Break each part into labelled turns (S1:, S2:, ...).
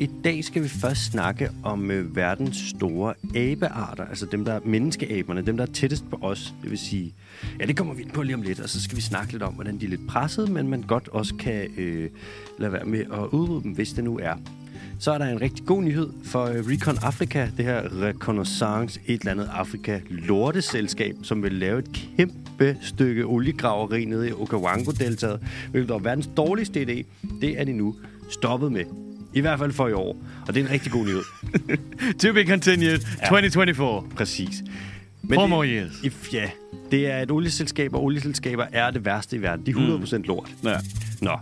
S1: I dag skal vi først snakke om øh, verdens store abearter, altså dem, der er menneskeaberne, dem, der er tættest på os. Det vil sige, ja, det kommer vi ind på lige om lidt, og så skal vi snakke lidt om, hvordan de er lidt presset, men man godt også kan øh, lade være med at udrydde dem, hvis det nu er. Så er der en rigtig god nyhed for øh, Recon Africa, det her Reconnaissance et eller andet Afrika lorteselskab, som vil lave et kæmpe stykke oliegraveri nede i Okavango-deltaget, hvilket var verdens dårligste idé. Det er de nu stoppet med. I hvert fald for i år. Og det er en rigtig god nyhed.
S2: To be continued, 2024.
S1: Præcis.
S2: Four
S1: det-
S2: more years.
S1: I- Ja, det er et olieselskab, og olieselskaber er det værste i verden. De er 100% lort.
S2: Ja.
S1: Nå,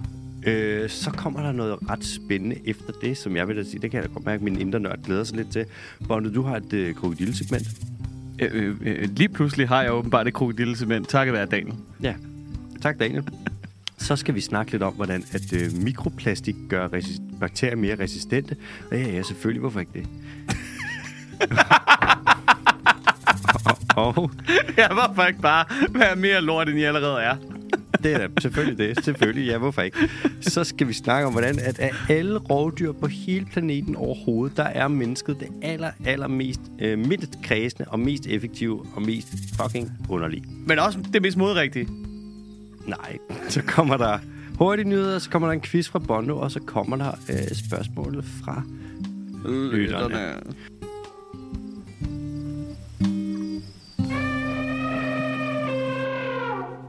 S1: øh, så kommer der noget ret spændende efter det, som jeg vil da sige, det kan jeg da godt mærke, at min indre nørd glæder sig lidt til. Bondo, du har et øh, krokodillesegment.
S2: Øh, øh, øh, lige pludselig har jeg åbenbart et krokodillesement, takket være Daniel.
S1: Ja, tak Daniel. Så skal vi snakke lidt om, hvordan at øh, mikroplastik gør resist- bakterier mere resistente. Og ja, ja, selvfølgelig, hvorfor ikke det? og, og
S2: Ja, hvorfor ikke bare være mere lort, end jeg allerede er?
S1: det er da selvfølgelig det. Selvfølgelig, ja, hvorfor ikke? Så skal vi snakke om, hvordan at af alle rovdyr på hele planeten overhovedet, der er mennesket det aller, aller mest øh, mindst kredsende og mest effektive og mest fucking underlige.
S2: Men også det mest modrigtige.
S1: Nej, så kommer der hurtige nyheder, så kommer der en quiz fra Bondo, og så kommer der øh, spørgsmål fra... Lytterne.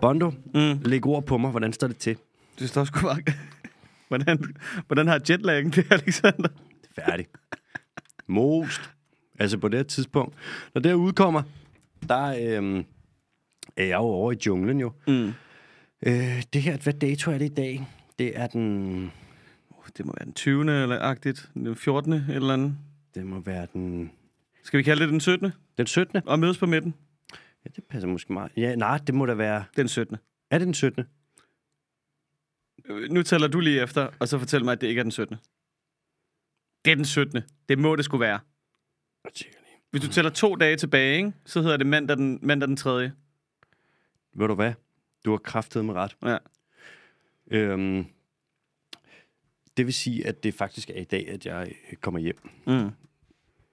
S1: Bondo, mm. læg ord på mig, hvordan står det til?
S2: Det står sgu bare... Hvordan, hvordan har jetlaggen det, Alexander?
S1: Færdig. Most. Altså på det her tidspunkt. Når det her udkommer, der øh, er jeg jo over i junglen jo.
S2: Mm.
S1: Øh, det her, hvad dato er det i dag? Det er den...
S2: Uh, Det må være den 20. eller agtigt. Den 14. eller andet.
S1: Det må være den...
S2: Skal vi kalde det den 17.
S1: Den 17.
S2: og mødes på midten?
S1: Ja, det passer måske meget. Ja, nej, det må da være...
S2: Den 17.
S1: Er det den 17.
S2: Øh, Nu tæller du lige efter, og så fortæl mig, at det ikke er den 17. Det er den 17. Det må det skulle være.
S1: Jeg tjekker lige.
S2: Hvis du tæller to dage tilbage, ikke? så hedder det mandag den, mandag den 3.
S1: Ved du hvad? Du har kraftet med ret.
S2: Ja.
S1: Øhm, det vil sige, at det faktisk er i dag, at jeg øh, kommer hjem.
S2: Mm.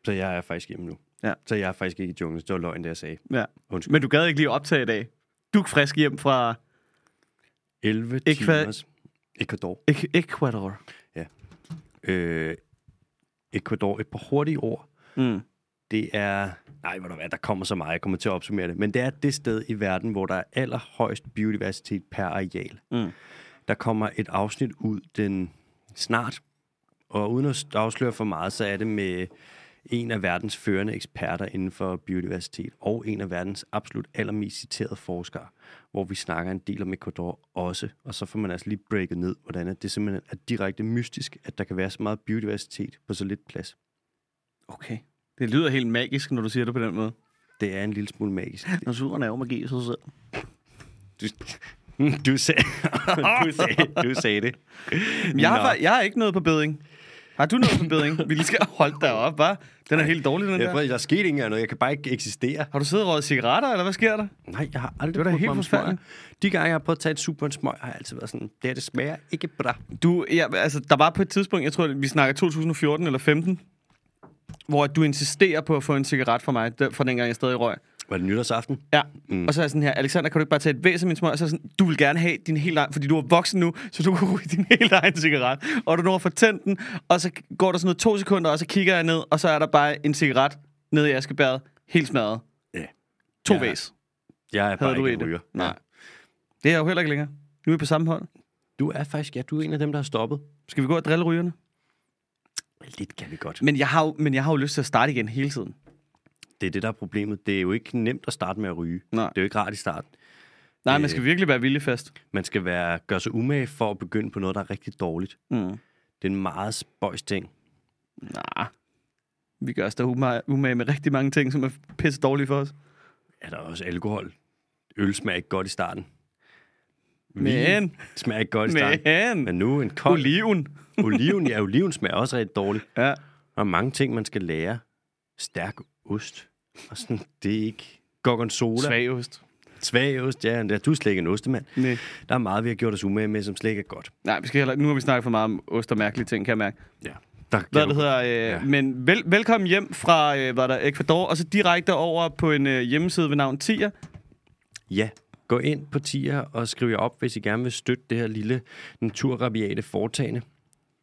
S1: Så jeg er faktisk hjemme nu.
S2: Ja.
S1: Så jeg er faktisk ikke i junglen. Det var løgn, det jeg sagde.
S2: Ja.
S1: Undskyld.
S2: Men du gad ikke lige optage i dag. Du er frisk hjem fra
S1: 11
S2: Ikke
S1: Ekva-
S2: hvad-
S1: timers... Ecuador.
S2: Ek- Ecuador.
S1: Øh, Ecuador. Et par hurtige ord.
S2: Mm.
S1: Det er... Nej, hvor der, hvad, der kommer så meget. Jeg kommer til at opsummere det. Men det er det sted i verden, hvor der er allerhøjst biodiversitet per areal.
S2: Mm.
S1: Der kommer et afsnit ud den snart. Og uden at afsløre for meget, så er det med en af verdens førende eksperter inden for biodiversitet, og en af verdens absolut allermest citerede forskere, hvor vi snakker en del om Ecuador også. Og så får man altså lige breaket ned, hvordan at det simpelthen er direkte mystisk, at der kan være så meget biodiversitet på så lidt plads.
S2: Okay. Det lyder helt magisk, når du siger det på den måde.
S1: Det er en lille smule magisk.
S2: Naturen er jo magi i sig selv.
S1: Du, du, sagde, du, sagde, du sagde det.
S2: Jeg har,
S1: Nå.
S2: fa- jeg har ikke noget på beding. Har du noget på beding? Vi lige skal holde dig op, hva'? Den er helt dårlig, den
S1: Jeg,
S2: der.
S1: prøver, der er sket ikke engang noget. Jeg kan bare ikke eksistere.
S2: Har du siddet og røget cigaretter, eller hvad sker der?
S1: Nej, jeg har aldrig
S2: Det var da
S1: brugt
S2: helt
S1: mig om
S2: forfærdeligt.
S1: smøger. De gange, jeg har prøvet at tage et super en smøg, har jeg altid været sådan, det her, det smager ikke bra.
S2: Du, ja, altså, der var på et tidspunkt, jeg tror, vi snakker 2014 eller 15, hvor du insisterer på at få en cigaret fra mig, der- fra dengang jeg stadig røg.
S1: Var det nytårsaften?
S2: Ja, mm. og så er jeg sådan her, Alexander, kan du ikke bare tage et væs af min smøg? Og så er jeg sådan, du vil gerne have din helt egen, fordi du er voksen nu, så du kan ryge din helt egen cigaret. Og du når at få tændt den, og så går der sådan noget to sekunder, og så kigger jeg ned, og så er der bare en cigaret nede i askebæret, helt smadret.
S1: Ja.
S2: To
S1: Ja.
S2: ja. væs.
S1: Jeg er
S2: Havde
S1: bare
S2: du
S1: ikke en
S2: ikke
S1: ryger.
S2: det? Nej. Det er jeg jo heller ikke længere. Nu er vi på samme hold.
S1: Du er faktisk, ja, du er en af dem, der har stoppet.
S2: Skal vi gå og drille rygerne?
S1: Lidt kan vi godt.
S2: Men jeg har jo, men jeg har jo lyst til at starte igen hele tiden.
S1: Det er det, der er problemet. Det er jo ikke nemt at starte med at ryge.
S2: Nej.
S1: Det er jo ikke rart i starten.
S2: Nej,
S1: Øh.
S2: man skal virkelig være viljefast.
S1: Man skal være, gøre sig umage for at begynde på noget, der er rigtig dårligt.
S2: Mm.
S1: Det er en meget spøjs ting.
S2: Nej. Vi gør os da uma- umage med rigtig mange ting, som er pisse dårlige for os.
S1: Er der også alkohol? Øl smager ikke godt i starten. Vin
S2: Men,
S1: smager ikke godt i starten.
S2: men,
S1: Men nu en kold
S2: oliven.
S1: oliven. Ja, oliven smager også rigtig dårligt.
S2: Ja.
S1: Der er mange ting, man skal lære. Stærk ost. Og sådan, det er ikke... Gorgonzola. Svag.
S2: Svagost.
S1: Svag ost, ja. ja, Du er slet ikke en ostemand.
S2: Nej.
S1: Der er meget, vi har gjort os umage med, som slet ikke er godt.
S2: Nej, vi skal heller, nu har vi snakket for meget om ost og mærkelige ting, kan jeg mærke.
S1: Ja. Der
S2: hvad
S1: kan-
S2: det hedder. Øh,
S1: Ja.
S2: ja. Men vel, velkommen hjem fra øh, hvad der, Ecuador, og så direkte over på en øh, hjemmeside ved navn Tier.
S1: Ja, gå ind på TIA og skriv jer op, hvis I gerne vil støtte det her lille naturrabiate foretagende.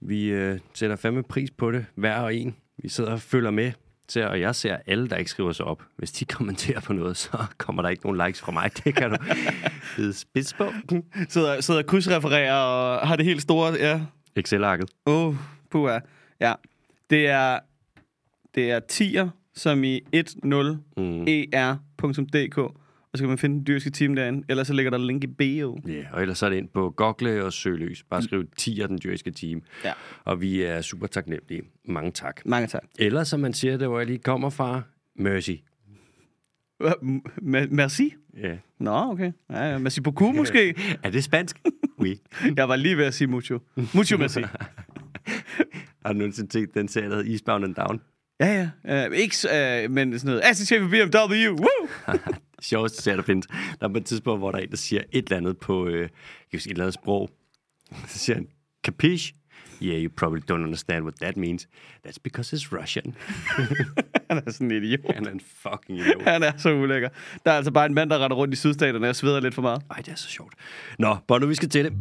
S1: Vi øh, sætter fandme pris på det, hver og en. Vi sidder og følger med, ser, og jeg ser alle, der ikke skriver sig op. Hvis de kommenterer på noget, så kommer der ikke nogen likes fra mig. Det kan du bide spids på.
S2: Sidder, sidder og krydsrefererer og har det helt store. Ja.
S1: Excel-arket.
S2: Åh, oh, puha. Ja. Det er, det er Tier, som i E 10er.dk. Og så kan man finde den dyrske time derinde. Ellers så ligger der link i bio.
S1: Ja, yeah, og ellers så er det ind på Gogle og Søløs. Bare skriv 10 den dyrske team.
S2: Ja.
S1: Og vi er super taknemmelige. Mange tak.
S2: Mange tak.
S1: Eller som man siger, det hvor jeg lige kommer fra, Mercy.
S2: Hva- m- m- Merci.
S1: Ja.
S2: Nå, okay. Ja, ja. Merci beaucoup måske.
S1: Er det spansk? Oui.
S2: Jeg var lige ved at sige mucho. Mucho merci.
S1: Har du nogensinde set den serie, der hedder Eastbound and Down?
S2: Ja, ja. Uh, ikke, uh, men sådan noget. Assistent for BMW. Woo!
S1: Sjoveste serie, der findes. Der er på et tidspunkt, hvor der er en, der siger et eller andet på øh, jeg kan huske, et eller andet sprog. Så siger han, capiche? Yeah, you probably don't understand what that means. That's because it's Russian.
S2: Han er sådan en idiot.
S1: Han er en fucking idiot.
S2: Han er så ulækker. Der er altså bare en mand, der render rundt i sydstaterne og sveder lidt for meget.
S1: Ej, det er så sjovt. Nå, Bono, vi skal til det.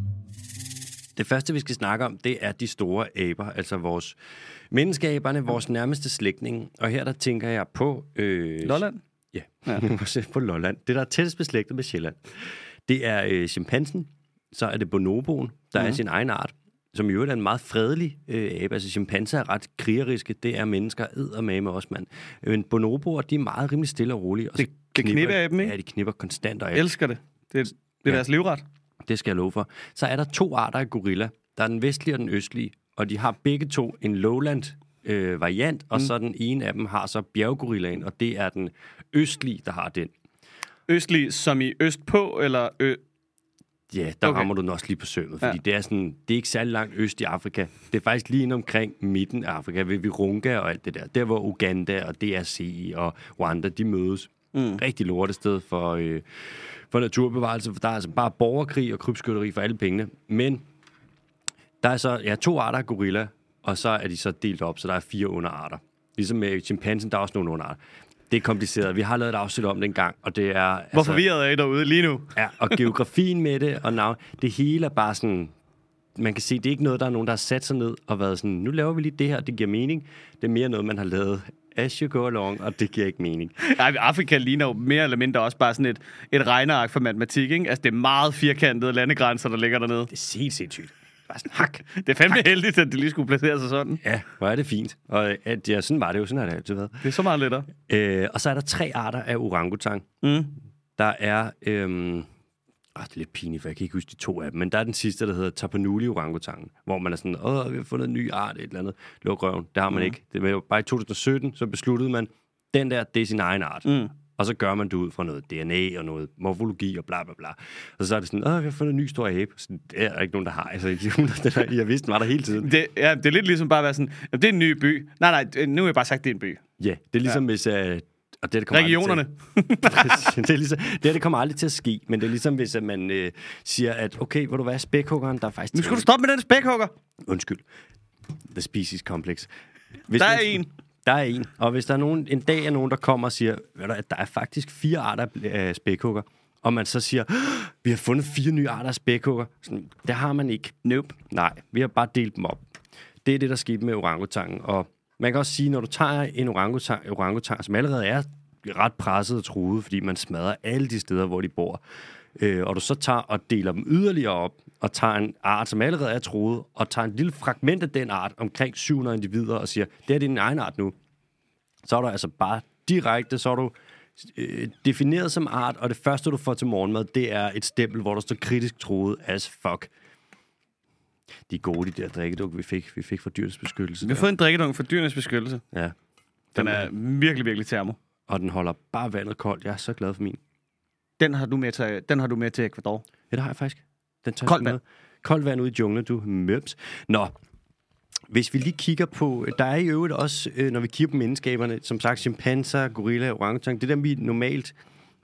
S1: Det første, vi skal snakke om, det er de store aber, altså vores menneskeaberne, vores nærmeste slægtninge. Og her der tænker jeg på... Øh,
S2: Lolland?
S1: Ja, ja. på Lolland. Det, der er tættest beslægtet med Sjælland, det er øh, chimpansen, så er det bonoboen, der
S2: Mhm.
S1: mm. er sin egen art, som i øvrigt er en meget fredelig øh, abe. Altså chimpanser er ret krigeriske, det er mennesker eddermame også, mand. Øh, Men bonoboer, de er meget rimelig stille og rolige. Og så
S2: det knipper af dem, ikke?
S1: Ja, de knipper konstant. Og
S2: Jeg elsker det. Det er, det er
S1: Ja.
S2: ja. deres livret.
S1: det skal jeg love for. Så er der to arter af gorilla. Der er den vestlige og den østlige, og de har begge to en lowland øh, variant, og mm. så den ene af dem har så bjerggorillaen, og det er den østlige, der har den.
S2: Østlig som i øst på, eller ø-
S1: Ja, der okay.
S2: Okay.
S1: rammer du den også lige på sømmet, fordi ja.
S2: Ja.
S1: det er sådan, det er ikke særlig langt øst i Afrika. Det er faktisk lige ind omkring midten af Afrika, ved Virunga og alt det der. Der, hvor Uganda og DRC og Rwanda, de mødes. Mm. Rigtig lortested for, øh, for naturbevarelse, for der er altså bare borgerkrig og krybskytteri for alle pengene. Men der er så ja, to arter af gorilla, og så er de så delt op, så der er fire underarter. Ligesom med chimpansen, der er også nogle underarter. Det er kompliceret. Vi har lavet et afsnit om det engang, og det er... altså-
S2: Hvor forvirret er I derude lige nu?
S1: Ja, og geografien med det, og navn, det hele er bare sådan, man kan se, det er ikke noget, der er nogen, der har sat sig ned og været sådan, nu laver vi lige det her, det giver mening. Det er mere noget, man har lavet as you go along, og det giver ikke mening.
S2: Ej, Afrika ligner jo mere eller mindre også bare sådan et, et regneark for matematik, ikke? Altså, det er meget firkantede landegrænser, der ligger dernede.
S1: Det er helt sindssygt. Bare sådan, hak.
S2: Det er fandme heldigt, at de lige skulle placere sig sådan.
S1: Ja, hvor er det fint. Og øh, at, ja, sådan var det jo, sådan har det altid været.
S2: Det er så meget lettere.
S1: Øh, og så er der tre arter af orangutang.
S2: Mm.
S1: Der er... Øhm, Ah, det er lidt pinligt, for jeg kan ikke huske de to af dem. Men der er den sidste, der hedder Tapanuli orangutangen, hvor man er sådan, åh, vi har fundet en ny art, et eller andet. Luk røven. Det har man mm. ikke. Det var bare i 2017, så besluttede man, den der, det er sin egen art. Mm. Og så gør man det ud fra noget DNA og noget morfologi og bla bla bla. Og så er det sådan, åh, vi har fundet en ny stor abe. Så det er der ikke nogen, der har. Altså, i de 100, den der, jeg vidste, den var der hele tiden.
S2: Det, ja, det er lidt ligesom bare at være sådan, "Jamen, det er en ny by. Nej, nej, det- nu har jeg bare sagt, det er en by.
S1: Ja, det er ligesom ja. hvis... Uh, og det, det kommer aldrig
S2: Regionerne.
S1: Til, Præcis. det, er ligesom, det, her, det kommer aldrig til at ske, men det er ligesom hvis at man øh, siger, at okay, hvor du være spækhuggeren, der er faktisk...
S2: Nu skal du stoppe med den spækhugger.
S1: Undskyld. The species complex. Hvis
S2: Der
S1: man-
S2: er en.
S1: Der er en. Og hvis der er nogen, en dag er nogen, der kommer og siger, ved du, at der er faktisk fire arter af bl- af spækhugger, og man så siger, "Åh, vi har fundet fire nye arter af spækhugger. Sådan, det har man ikke.
S2: Nope.
S1: Nej, vi har bare delt dem op. Det er det, der skete med orangutangen. Og man kan også sige, når du tager en orangutang, orangutang som allerede er ret presset og truet, fordi man smadrer alle de steder, hvor de bor, øh, og du så tager og deler dem yderligere op, og tager en art, som allerede er truet, og tager en lille fragment af den art, omkring 700 individer, og siger, det her det er din egen art nu, så er du altså bare direkte, så er du øh, defineret som art, og det første, du får til morgenmad, det er et stempel, hvor der står kritisk troet as fuck. De er gode, de der drikkeduk, vi fik, vi fik fra dyrets beskyttelse.
S2: Vi har fået en drikkedunk for dyrenes beskyttelse.
S1: Ja.
S2: Den er virkelig, virkelig termo.
S1: Og den holder bare vandet koldt. Jeg er så glad for min.
S2: Den har du med til, den har du med til Ecuador.
S1: Ja, det har jeg faktisk. Den tør
S2: Koldt
S1: med.
S2: vand.
S1: Koldt vand ude i junglen, du møbs. Nå, hvis vi lige kigger på, der er i øvrigt også, øh, når vi kigger på menneskaberne, som sagt chimpanser, gorilla, orangutang, det er dem, vi normalt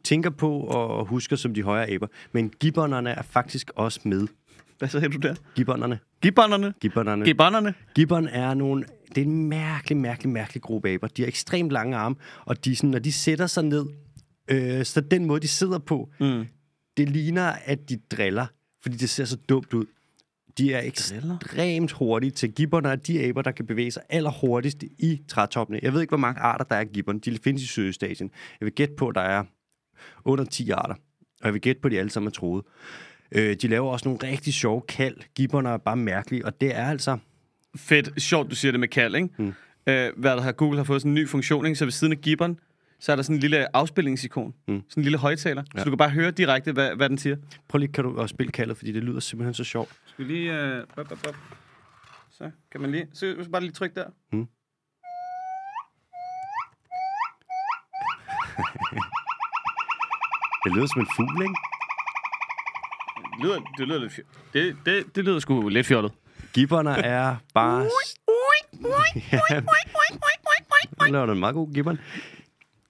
S1: tænker på og husker som de højere aber. Men gibbonerne er faktisk også med.
S2: Hvad sagde du der?
S1: Gibbonerne.
S2: Gibbonerne.
S1: Gibbonerne.
S2: Gibbonerne.
S1: Gibbon er nogle det er en mærkelig, mærkelig, mærkelig gruppe aber. De har ekstremt lange arme, og de, er sådan, når de sætter sig ned, øh, så den måde, de sidder på, mm. det ligner, at de driller, fordi det ser så dumt ud. De er ekstremt hurtige til gibberne, og de aber, der kan bevæge sig allerhurtigst i trætoppene. Jeg ved ikke, hvor mange arter der er af gibberne. De findes i Sydøstasien. Jeg vil gætte på, at der er under 10 arter. Og jeg vil gætte på, at de alle sammen er troet. Øh, de laver også nogle rigtig sjove kald. Gibberne er bare mærkelige, og det er altså...
S2: Fedt. Sjovt, du siger det med kald, ikke? Mm. Øh, hvad der har Google har fået sådan en ny funktion, ikke? Så ved siden af gibberen, så er der sådan en lille afspilningsikon. Mm. Sådan en lille højtaler. Ja. Så du kan bare høre direkte, hvad, hvad den siger.
S1: Prøv lige, kan du også spille kaldet, fordi det lyder simpelthen så sjovt.
S2: Skal vi lige... Øh, bop, bop, bop. Så kan man lige... Så så bare lige trykke der.
S1: Mm. Det lyder som en fugl, ikke?
S2: Det lyder, det lyder lidt fjollet. Det, det, det lyder sgu lidt fjollet.
S1: Gibberne er bare... Ja. Nu laver du en meget god gibbon.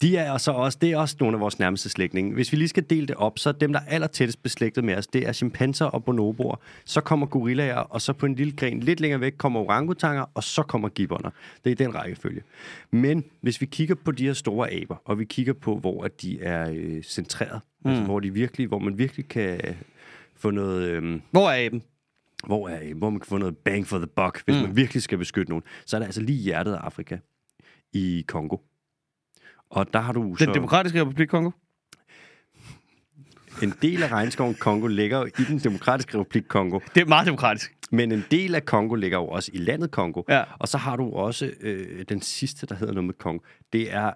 S1: De er så også, det er også nogle af vores nærmeste slægtninge. Hvis vi lige skal dele det op, så er dem, der er allertættest beslægtet med os, det er chimpanser og bonoboer. Så kommer gorillaer, og så på en lille gren lidt længere væk kommer orangutanger, og så kommer gibboner. Det er den rækkefølge. Men hvis vi kigger på de her store aber, og vi kigger på, hvor at de er øh, centreret, mm. altså hvor, de virkelig, hvor man virkelig kan få noget... Øh,
S2: Hvor er aben?
S1: hvor, er, hvor man kan få noget bang for the buck, hvis mm. man virkelig skal beskytte nogen, så er der altså lige i hjertet af Afrika i Kongo. Og der har du
S2: Den
S1: så...
S2: demokratiske republik Kongo?
S1: En del af regnskoven Kongo ligger jo i den demokratiske republik Kongo,
S2: Det er meget demokratisk.
S1: men en del af Kongo ligger jo også i landet Kongo.
S2: Ja.
S1: Og så har du også øh, den sidste, der hedder noget med Kongo. Det er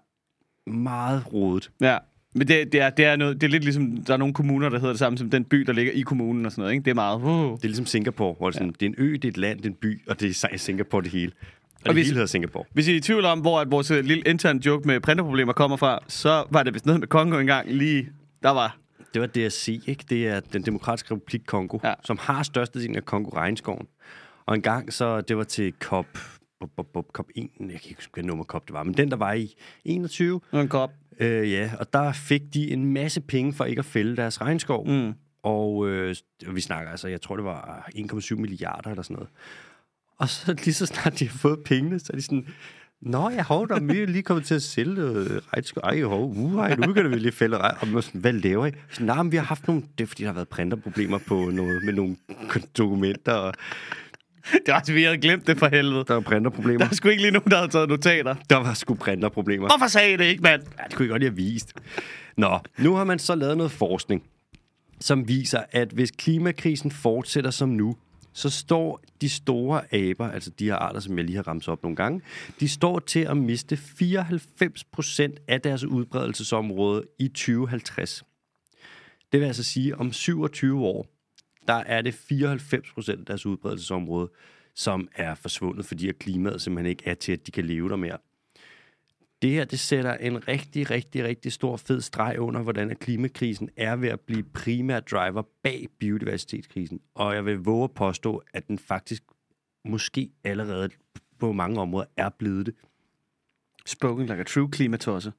S1: meget rodet.
S2: Ja. Men det, det, er, det, er noget, det er lidt ligesom, der er nogle kommuner, der hedder det samme som den by, der ligger i kommunen og sådan noget. Ikke? Det er meget... Uh.
S1: Det er ligesom Singapore, hvor det er, sådan, ja. det er en ø, det er et land, det er en by, og det er Singapore det hele. Og, og det
S2: hvis-
S1: hvis... hele hedder Singapore.
S2: Hvis I er i tvivl om, hvor at vores øh, lille intern joke med printerproblemer kommer fra, så var det vist noget med Kongo engang lige... Der var...
S1: Det var DRC, ikke? Det er den demokratiske republik Kongo,
S2: Ja.
S1: ja. som har størstedelen af Kongo-regnskoven. Og en gang så, det var til COP, bup, bup, bup, COP 1, jeg kan ikke huske, hvad nummer COP det var, men den, der var i 21,
S2: En kop.
S1: øh, ja, og der fik de en masse penge for ikke at fælde deres regnskov.
S2: Mm.
S1: Og øh, vi snakker altså, jeg tror, det var 1,7 milliarder eller sådan noget. Og så lige så snart de har fået pengene, så er de sådan, Nå, jeg hov, der er vi er lige kommet til at sælge øh, regnskov. Ej, hov, uh, ej, nu kan vi lige fælde regn. Og man er sådan, hvad laver I? Så, nej, men vi har haft nogle... Det er, fordi der har været printerproblemer på noget, med nogle dokumenter, og
S2: Det var altså, vi havde glemt det for helvede.
S1: der var printerproblemer.
S2: Der er sgu ikke lige nogen, der havde taget notater.
S1: Der var sgu printerproblemer.
S2: Hvorfor sagde I det ikke, mand?
S1: Ja, det kunne jeg godt lige have vist. Nå, nu har man så lavet noget forskning, som viser, at hvis klimakrisen fortsætter som nu, så står de store aber, altså de her arter, som jeg lige har ramt op nogle gange, de står til at miste 94% af deres udbredelsesområde i 2050. Det vil altså sige, om 27 år, der er det 94% af deres udbredelsesområde, som er forsvundet, fordi at klimaet simpelthen ikke er til, at de kan leve der mere det her, det sætter en rigtig, rigtig, rigtig stor fed streg under, hvordan at klimakrisen er ved at blive primær driver bag biodiversitetskrisen. Og jeg vil våge at påstå, at den faktisk måske allerede på mange områder er blevet det.
S2: Spoken like a true klimatosse.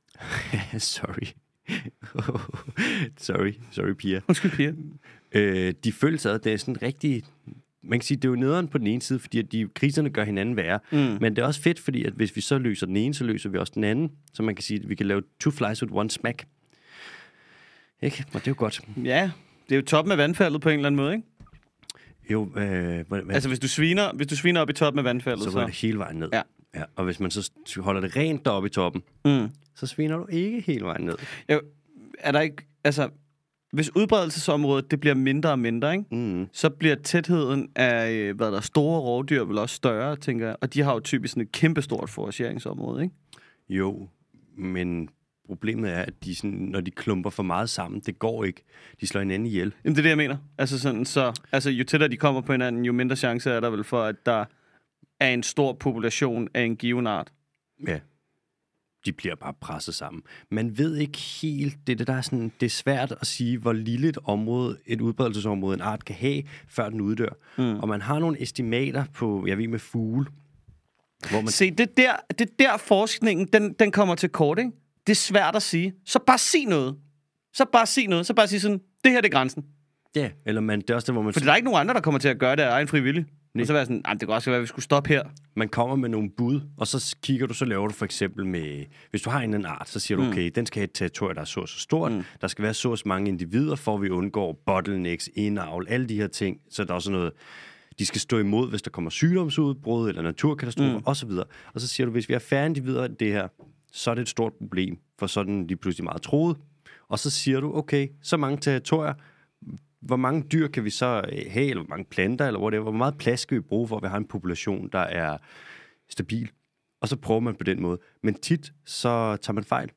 S1: sorry. sorry, sorry Pia.
S2: Undskyld, Pia.
S1: Øh, de føles ad, det er sådan rigtig... Man kan sige, det er jo nederen på den ene side, fordi at de, kriserne gør hinanden værre. Mm. Men det er også fedt, fordi at hvis vi så løser den ene, så løser vi også den anden. Så man kan sige, at vi kan lave two flies with one smack. Ikke? Og det er jo godt.
S2: Ja, det er jo toppen af vandfaldet på en eller anden måde, ikke?
S1: Jo, øh, hvad, hvad,
S2: Altså, hvis du sviner, hvis du sviner op i toppen af vandfaldet,
S1: så
S2: så...
S1: går det hele vejen ned.
S2: Ja.
S1: Ja, og hvis man så st- holder det rent deroppe i toppen,
S2: Mm.
S1: så sviner du ikke hele vejen ned.
S2: Ja, er der ikke... Altså, hvis udbredelsesområdet, det bliver mindre og mindre, ikke?
S1: Mm.
S2: så bliver tætheden af øh, hvad der er, store rovdyr vel også større, tænker jeg. Og de har jo typisk sådan et kæmpestort forageringsområde, ikke?
S1: Jo, men problemet er, at de sådan, når de klumper for meget sammen, det går ikke. De slår hinanden ihjel.
S2: Jamen, det er det, jeg mener. Altså, sådan, så, altså, jo tættere de kommer på hinanden, jo mindre chance er der vel for, at der er en stor population af en given art.
S1: Ja. De bliver bare presset sammen. Man ved ikke helt, det er det, der er sådan, det er svært at sige, hvor lille et område, et udbredelsesområde, en art kan have, før den uddør. Mm. Og man har nogle estimater på, jeg ved med fugle, hvor man
S2: Se, det der, det der forskningen, den, den kommer til kort, ikke? Det er svært at sige. Så bare sig noget. Så bare sig noget. Så bare sig sådan, det her det er grænsen.
S1: ja, eller man, det er også der, hvor man
S2: For der er ikke nogen andre, der kommer til at gøre det af egen frivillig. Og så var jeg sådan, "Ej, det kan også være, at vi skulle stoppe her.
S1: Man kommer med nogle bud, og så s- kigger du, så laver du for eksempel med, hvis du har en eller anden art, så siger du, okay, den skal have et territorium, der er så og så stort, mm. der skal være så og så mange individer, for at vi undgår bottlenecks, indavl, alle de her ting, så der er også noget, de skal stå imod, hvis der kommer sygdomsudbrud eller naturkatastrofer mm. osv. Og så siger du, hvis vi har færre individer end det her, så er det et stort problem, for så er den lige pludselig meget troet. Og så siger du, okay, så mange territorier, hvor mange dyr kan vi så øh, have, eller hvor mange planter, eller whatever, hvor meget plads skal vi bruge for, at vi har en population, der er stabil. Og så prøver man på den måde. Men tit, så tager man fejl.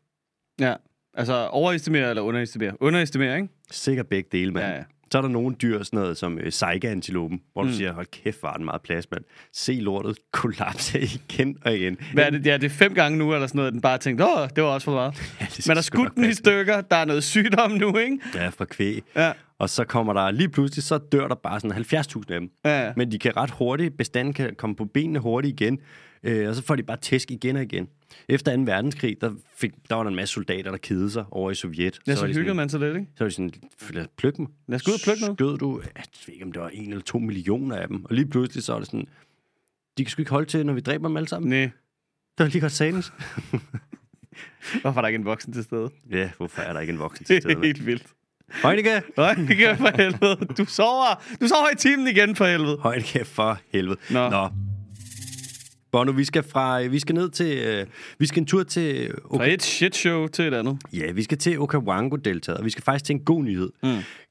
S2: Ja. Altså overestimere eller underestimere? Underestimere, ikke?
S1: Sikkert begge dele, mand.
S2: Ja, ja.
S1: Så er der nogle dyr, sådan noget som øh, saiga-antilopen, hvor du mm. siger, hold kæft, var den meget plads, mand. Se lortet kollapse igen og igen.
S2: Hvad er det? Ja, det er fem gange nu, eller sådan noget, at den bare tænkte, åh, det var også for meget.
S1: Ja, det skal
S2: Man har
S1: sgu nok
S2: skudt den i
S1: passe.
S2: stykker, der er noget sygdom nu, ikke?
S1: Ja, fra kvæg.
S2: Ja.
S1: Og så kommer der lige pludselig, så dør der bare sådan 70.000 af dem.
S2: Ja.
S1: Men de kan ret hurtigt, bestanden kan komme på benene hurtigt igen, øh, og så får de bare tæsk igen og igen. Efter 2. verdenskrig, der, fik, der var der en masse soldater, der kedede sig over i Sovjet.
S2: Ja,
S1: var
S2: så
S1: de
S2: hyggede
S1: sådan,
S2: man sig lidt, ikke?
S1: Så var de sådan, lad os plukke dem.
S2: Lad os gå ud og plukke noget.
S1: Skød du, jeg ved ikke, om det var en eller to millioner af dem. Og lige pludselig, så er det sådan, de kan sgu ikke holde til, når vi dræber dem alle sammen.
S2: Nej,
S1: Det var lige godt sagens.
S2: hvorfor er der ikke en voksen til stede?
S1: Ja, hvorfor er der ikke en voksen til
S2: Det
S1: stede?
S2: er
S1: mand?
S2: helt vildt.
S1: Højnække!
S2: Nej, det gør for helvede. Du sover. Du sover i timen igen for helvede.
S1: Højnække for helvede.
S2: Nå.
S1: Nå. Bono, vi skal, fra, vi skal ned til, øh, vi skal en tur til
S2: Fra et shit show til et andet.
S1: Ja, vi skal til Okavango-deltaget, og vi skal faktisk til en god nyhed. Mm.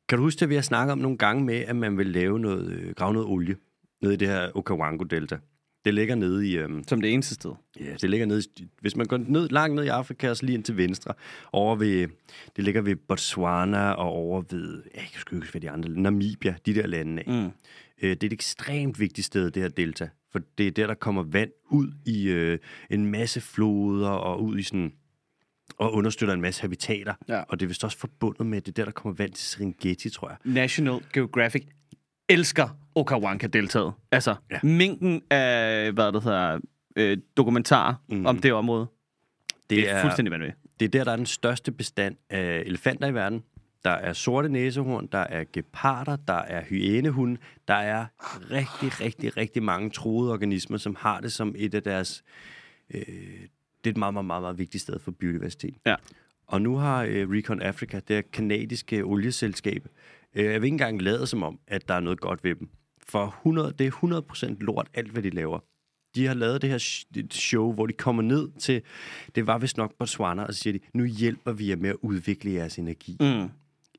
S1: Kan du huske, at vi har snakket om nogle gange med, at man vil lave noget, øh, grave noget olie nede i det her Okavango-delta? Det ligger nede i, øhm,
S2: Som det eneste sted.
S1: ja, det ligger nede i, hvis man går ned, langt ned i Afrika, og så lige ind til venstre, over ved, det ligger ved Botswana og over ved, ja, jeg kan sgu ikke huske, hvad de andre, Namibia, de der lande af. Mm. Øh, det er et ekstremt vigtigt sted, det her delta, for det er der, der kommer vand ud i øh, en masse floder og ud i sådan, og understøtter en masse habitater.
S2: Ja.
S1: Og det er vist også forbundet med, at det er der, der kommer vand til Serengeti, tror jeg.
S2: National Geographic elsker Okawanka-deltaget. Altså,
S1: Ja.
S2: ja. mængden af, hvad det hedder, øh, dokumentarer mm. om det område, det, det er, fuldstændig vanvittigt.
S1: Det er der, der er den største bestand af elefanter i verden. Der er sorte næsehorn, der er geparder, der er hyænehunde. Der er rigtig, rigtig, rigtig mange troede organismer, som har det som et af deres... Øh, det er et meget, meget, meget, meget vigtigt sted for biodiversitet.
S2: Ja.
S1: Og nu har øh, Recon Africa, det her kanadiske olieselskab, øh, jeg vil ikke engang lade som om, at der er noget godt ved dem. For 100, det er 100% lort, alt hvad de laver. De har lavet det her sh- et show, hvor de kommer ned til, det var vist nok Botswana, og så siger de, nu hjælper vi jer med at udvikle jeres energi. Mm.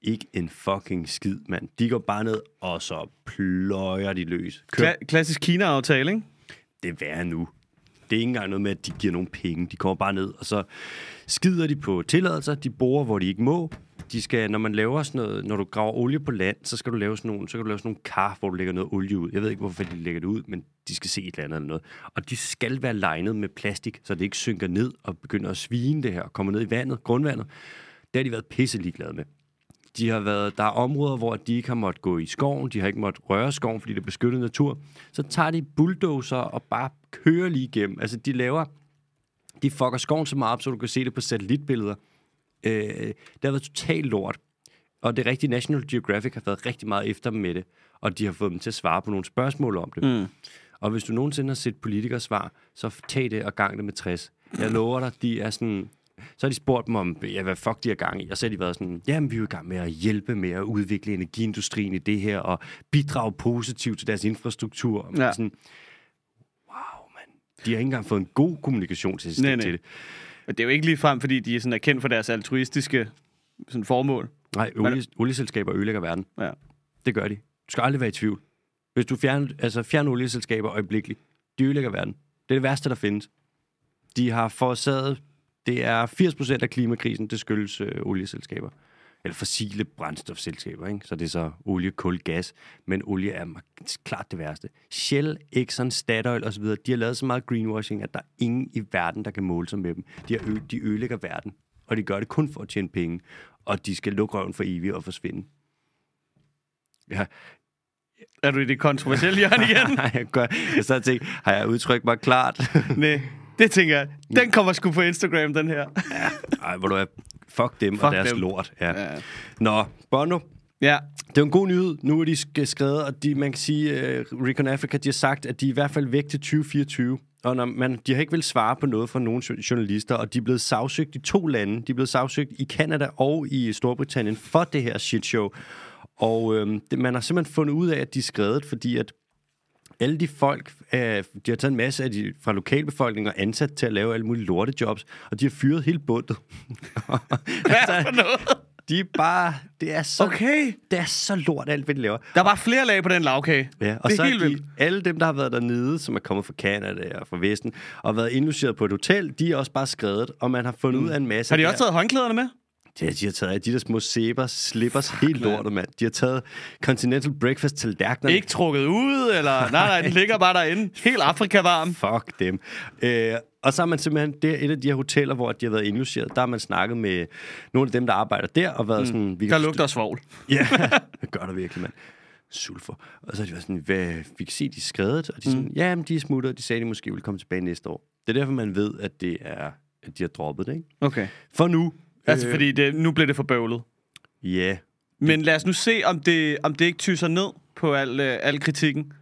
S1: Ikke en fucking skid, mand. De går bare ned, og så pløjer de løs. Kører
S2: Kla- klassisk Kina-aftale, ikke?
S1: det er værre nu. Det er ikke engang noget med, at de giver nogle penge. De kommer bare ned, og så skider de på tilladelser. De borer, hvor de ikke må. De skal, når man laver sådan noget, når du graver olie på land, så skal du lave sådan nogle, så kan du lave sådan nogle kar, hvor du lægger noget olie ud. Jeg ved ikke, hvorfor de lægger det ud, men de skal se et eller andet eller noget. Og de skal være legnet med plastik, så det ikke synker ned og begynder at svine det her og kommer ned i vandet, grundvandet. Det har de været pisse ligeglade med. De har været, der er områder, hvor de ikke har måttet gå i skoven, de har ikke måttet røre skoven, fordi det er beskyttet natur. Så tager de bulldozer og bare kører lige igennem. Altså, de laver, de fucker skoven så meget op, så du kan se det på satellitbilleder. Øh, det har været totalt lort. Og det rigtige National Geographic har været rigtig meget efter dem med det, og de har fået dem til at svare på nogle spørgsmål om det. Mm. Og hvis du nogensinde har set politikers svar, så tag det og gang det med 60.
S2: Mm.
S1: Jeg lover dig, de er sådan... Så har de spurgt dem om, ja, hvad fuck de er gang i, og så har de været sådan, jamen vi er jo i gang med at hjælpe med at udvikle energiindustrien i det her, og bidrage positivt til deres infrastruktur. Og man
S2: Ja.
S1: er sådan, wow, man. De har ikke engang fået en god kommunikationsassistent
S2: Nej, nej.
S1: til det.
S2: Og det er jo ikke lige frem, fordi de er sådan er kendt for deres altruistiske sådan formål.
S1: Nej, olie, olieselskaber ødelægger verden.
S2: Ja.
S1: Det gør de. Du skal aldrig være i tvivl. Hvis du fjerner, altså fjerner olieselskaber øjeblikkeligt, de ødelægger verden. Det er det værste, der findes. De har forårsaget, det er 80% af klimakrisen, det skyldes øh, olieselskaber. Eller fossile brændstofselskaber, ikke? Så det er så olie, kul, gas. Men olie er mark- klart det værste. Shell, Exxon, Statoil osv., de har lavet så meget greenwashing, at der er ingen i verden, der kan måle sig med dem. De, har ø- de ødelægger verden, og de gør det kun for at tjene penge. Og de skal lukke røven for evigt og forsvinde. Ja,
S2: Er du i det kontroversielle hjørne igen?
S1: Nej, jeg, gør, jeg sad og tænkte, har jeg udtrykt mig klart?
S2: Nej, det tænker jeg. Den kommer sgu på Instagram, den her.
S1: Ej, hvor du er, fuck dem fuck og
S2: Fuck
S1: deres
S2: dem.
S1: dem. lort. Ja.
S2: Ja.
S1: Nå, Bono,
S2: Ja.
S1: Det er jo en god nyhed. Nu er de sk- skrevet, og de, man kan sige, uh, Recon Africa, de har sagt, at de er i hvert fald væk til 2024. Og når man, de har ikke vil svare på noget fra nogen jo- journalister, og de er blevet sagsøgt i to lande. De er blevet sagsøgt i Kanada og i Storbritannien for det her shitshow. Og øhm, det, man har simpelthen fundet ud af, at de er skrevet, fordi at alle de folk, øh, de har taget en masse af de, fra lokalbefolkningen og ansat til at lave alle mulige lortejobs, og de har fyret hele bundet.
S2: Hvad for noget?
S1: De er bare, det er så,
S2: Okay.
S1: det er så lort alt, hvad de laver.
S2: Der var flere lag på den lavkage.
S1: Ja, og
S2: det
S1: så
S2: er helt
S1: de,
S2: vildt.
S1: alle dem, der har været dernede, som er kommet fra Kanada og fra Vesten, og været indlogeret på et hotel, de er også bare skrevet, og man har fundet mm. ud af en masse...
S2: Har de
S1: der-
S2: også taget håndklæderne med?
S1: Ja, de har taget af de der små sæber, slippers, helt lortet, mand. De har taget Continental Breakfast til
S2: Ikke trukket ud, eller... Nej, nej, den ligger bare derinde. Helt Afrika varm.
S1: Fuck dem. Øh, og så har man simpelthen, det er et af de her hoteller, hvor de har været indlogeret, der har man snakket med nogle af dem, der arbejder der, og været mm. sådan... Vi
S2: Der lugter af svovl.
S1: Ja, det gør der virkelig, mand. Sulfur. Og så har de været sådan, hvad, vi kan se, de er skrevet, og de er sådan, mm. ja, men de er smuttet, og de sagde, de måske ville komme tilbage næste år. Det er derfor, man ved, at det er, at de har droppet det, ikke?
S2: Okay.
S1: For nu. Øh,
S2: Altså, fordi det, nu bliver det for bøvlet.
S1: Ja,
S2: Men lad os nu se, om det, om det ikke tyser ned på al, øh, al kritikken.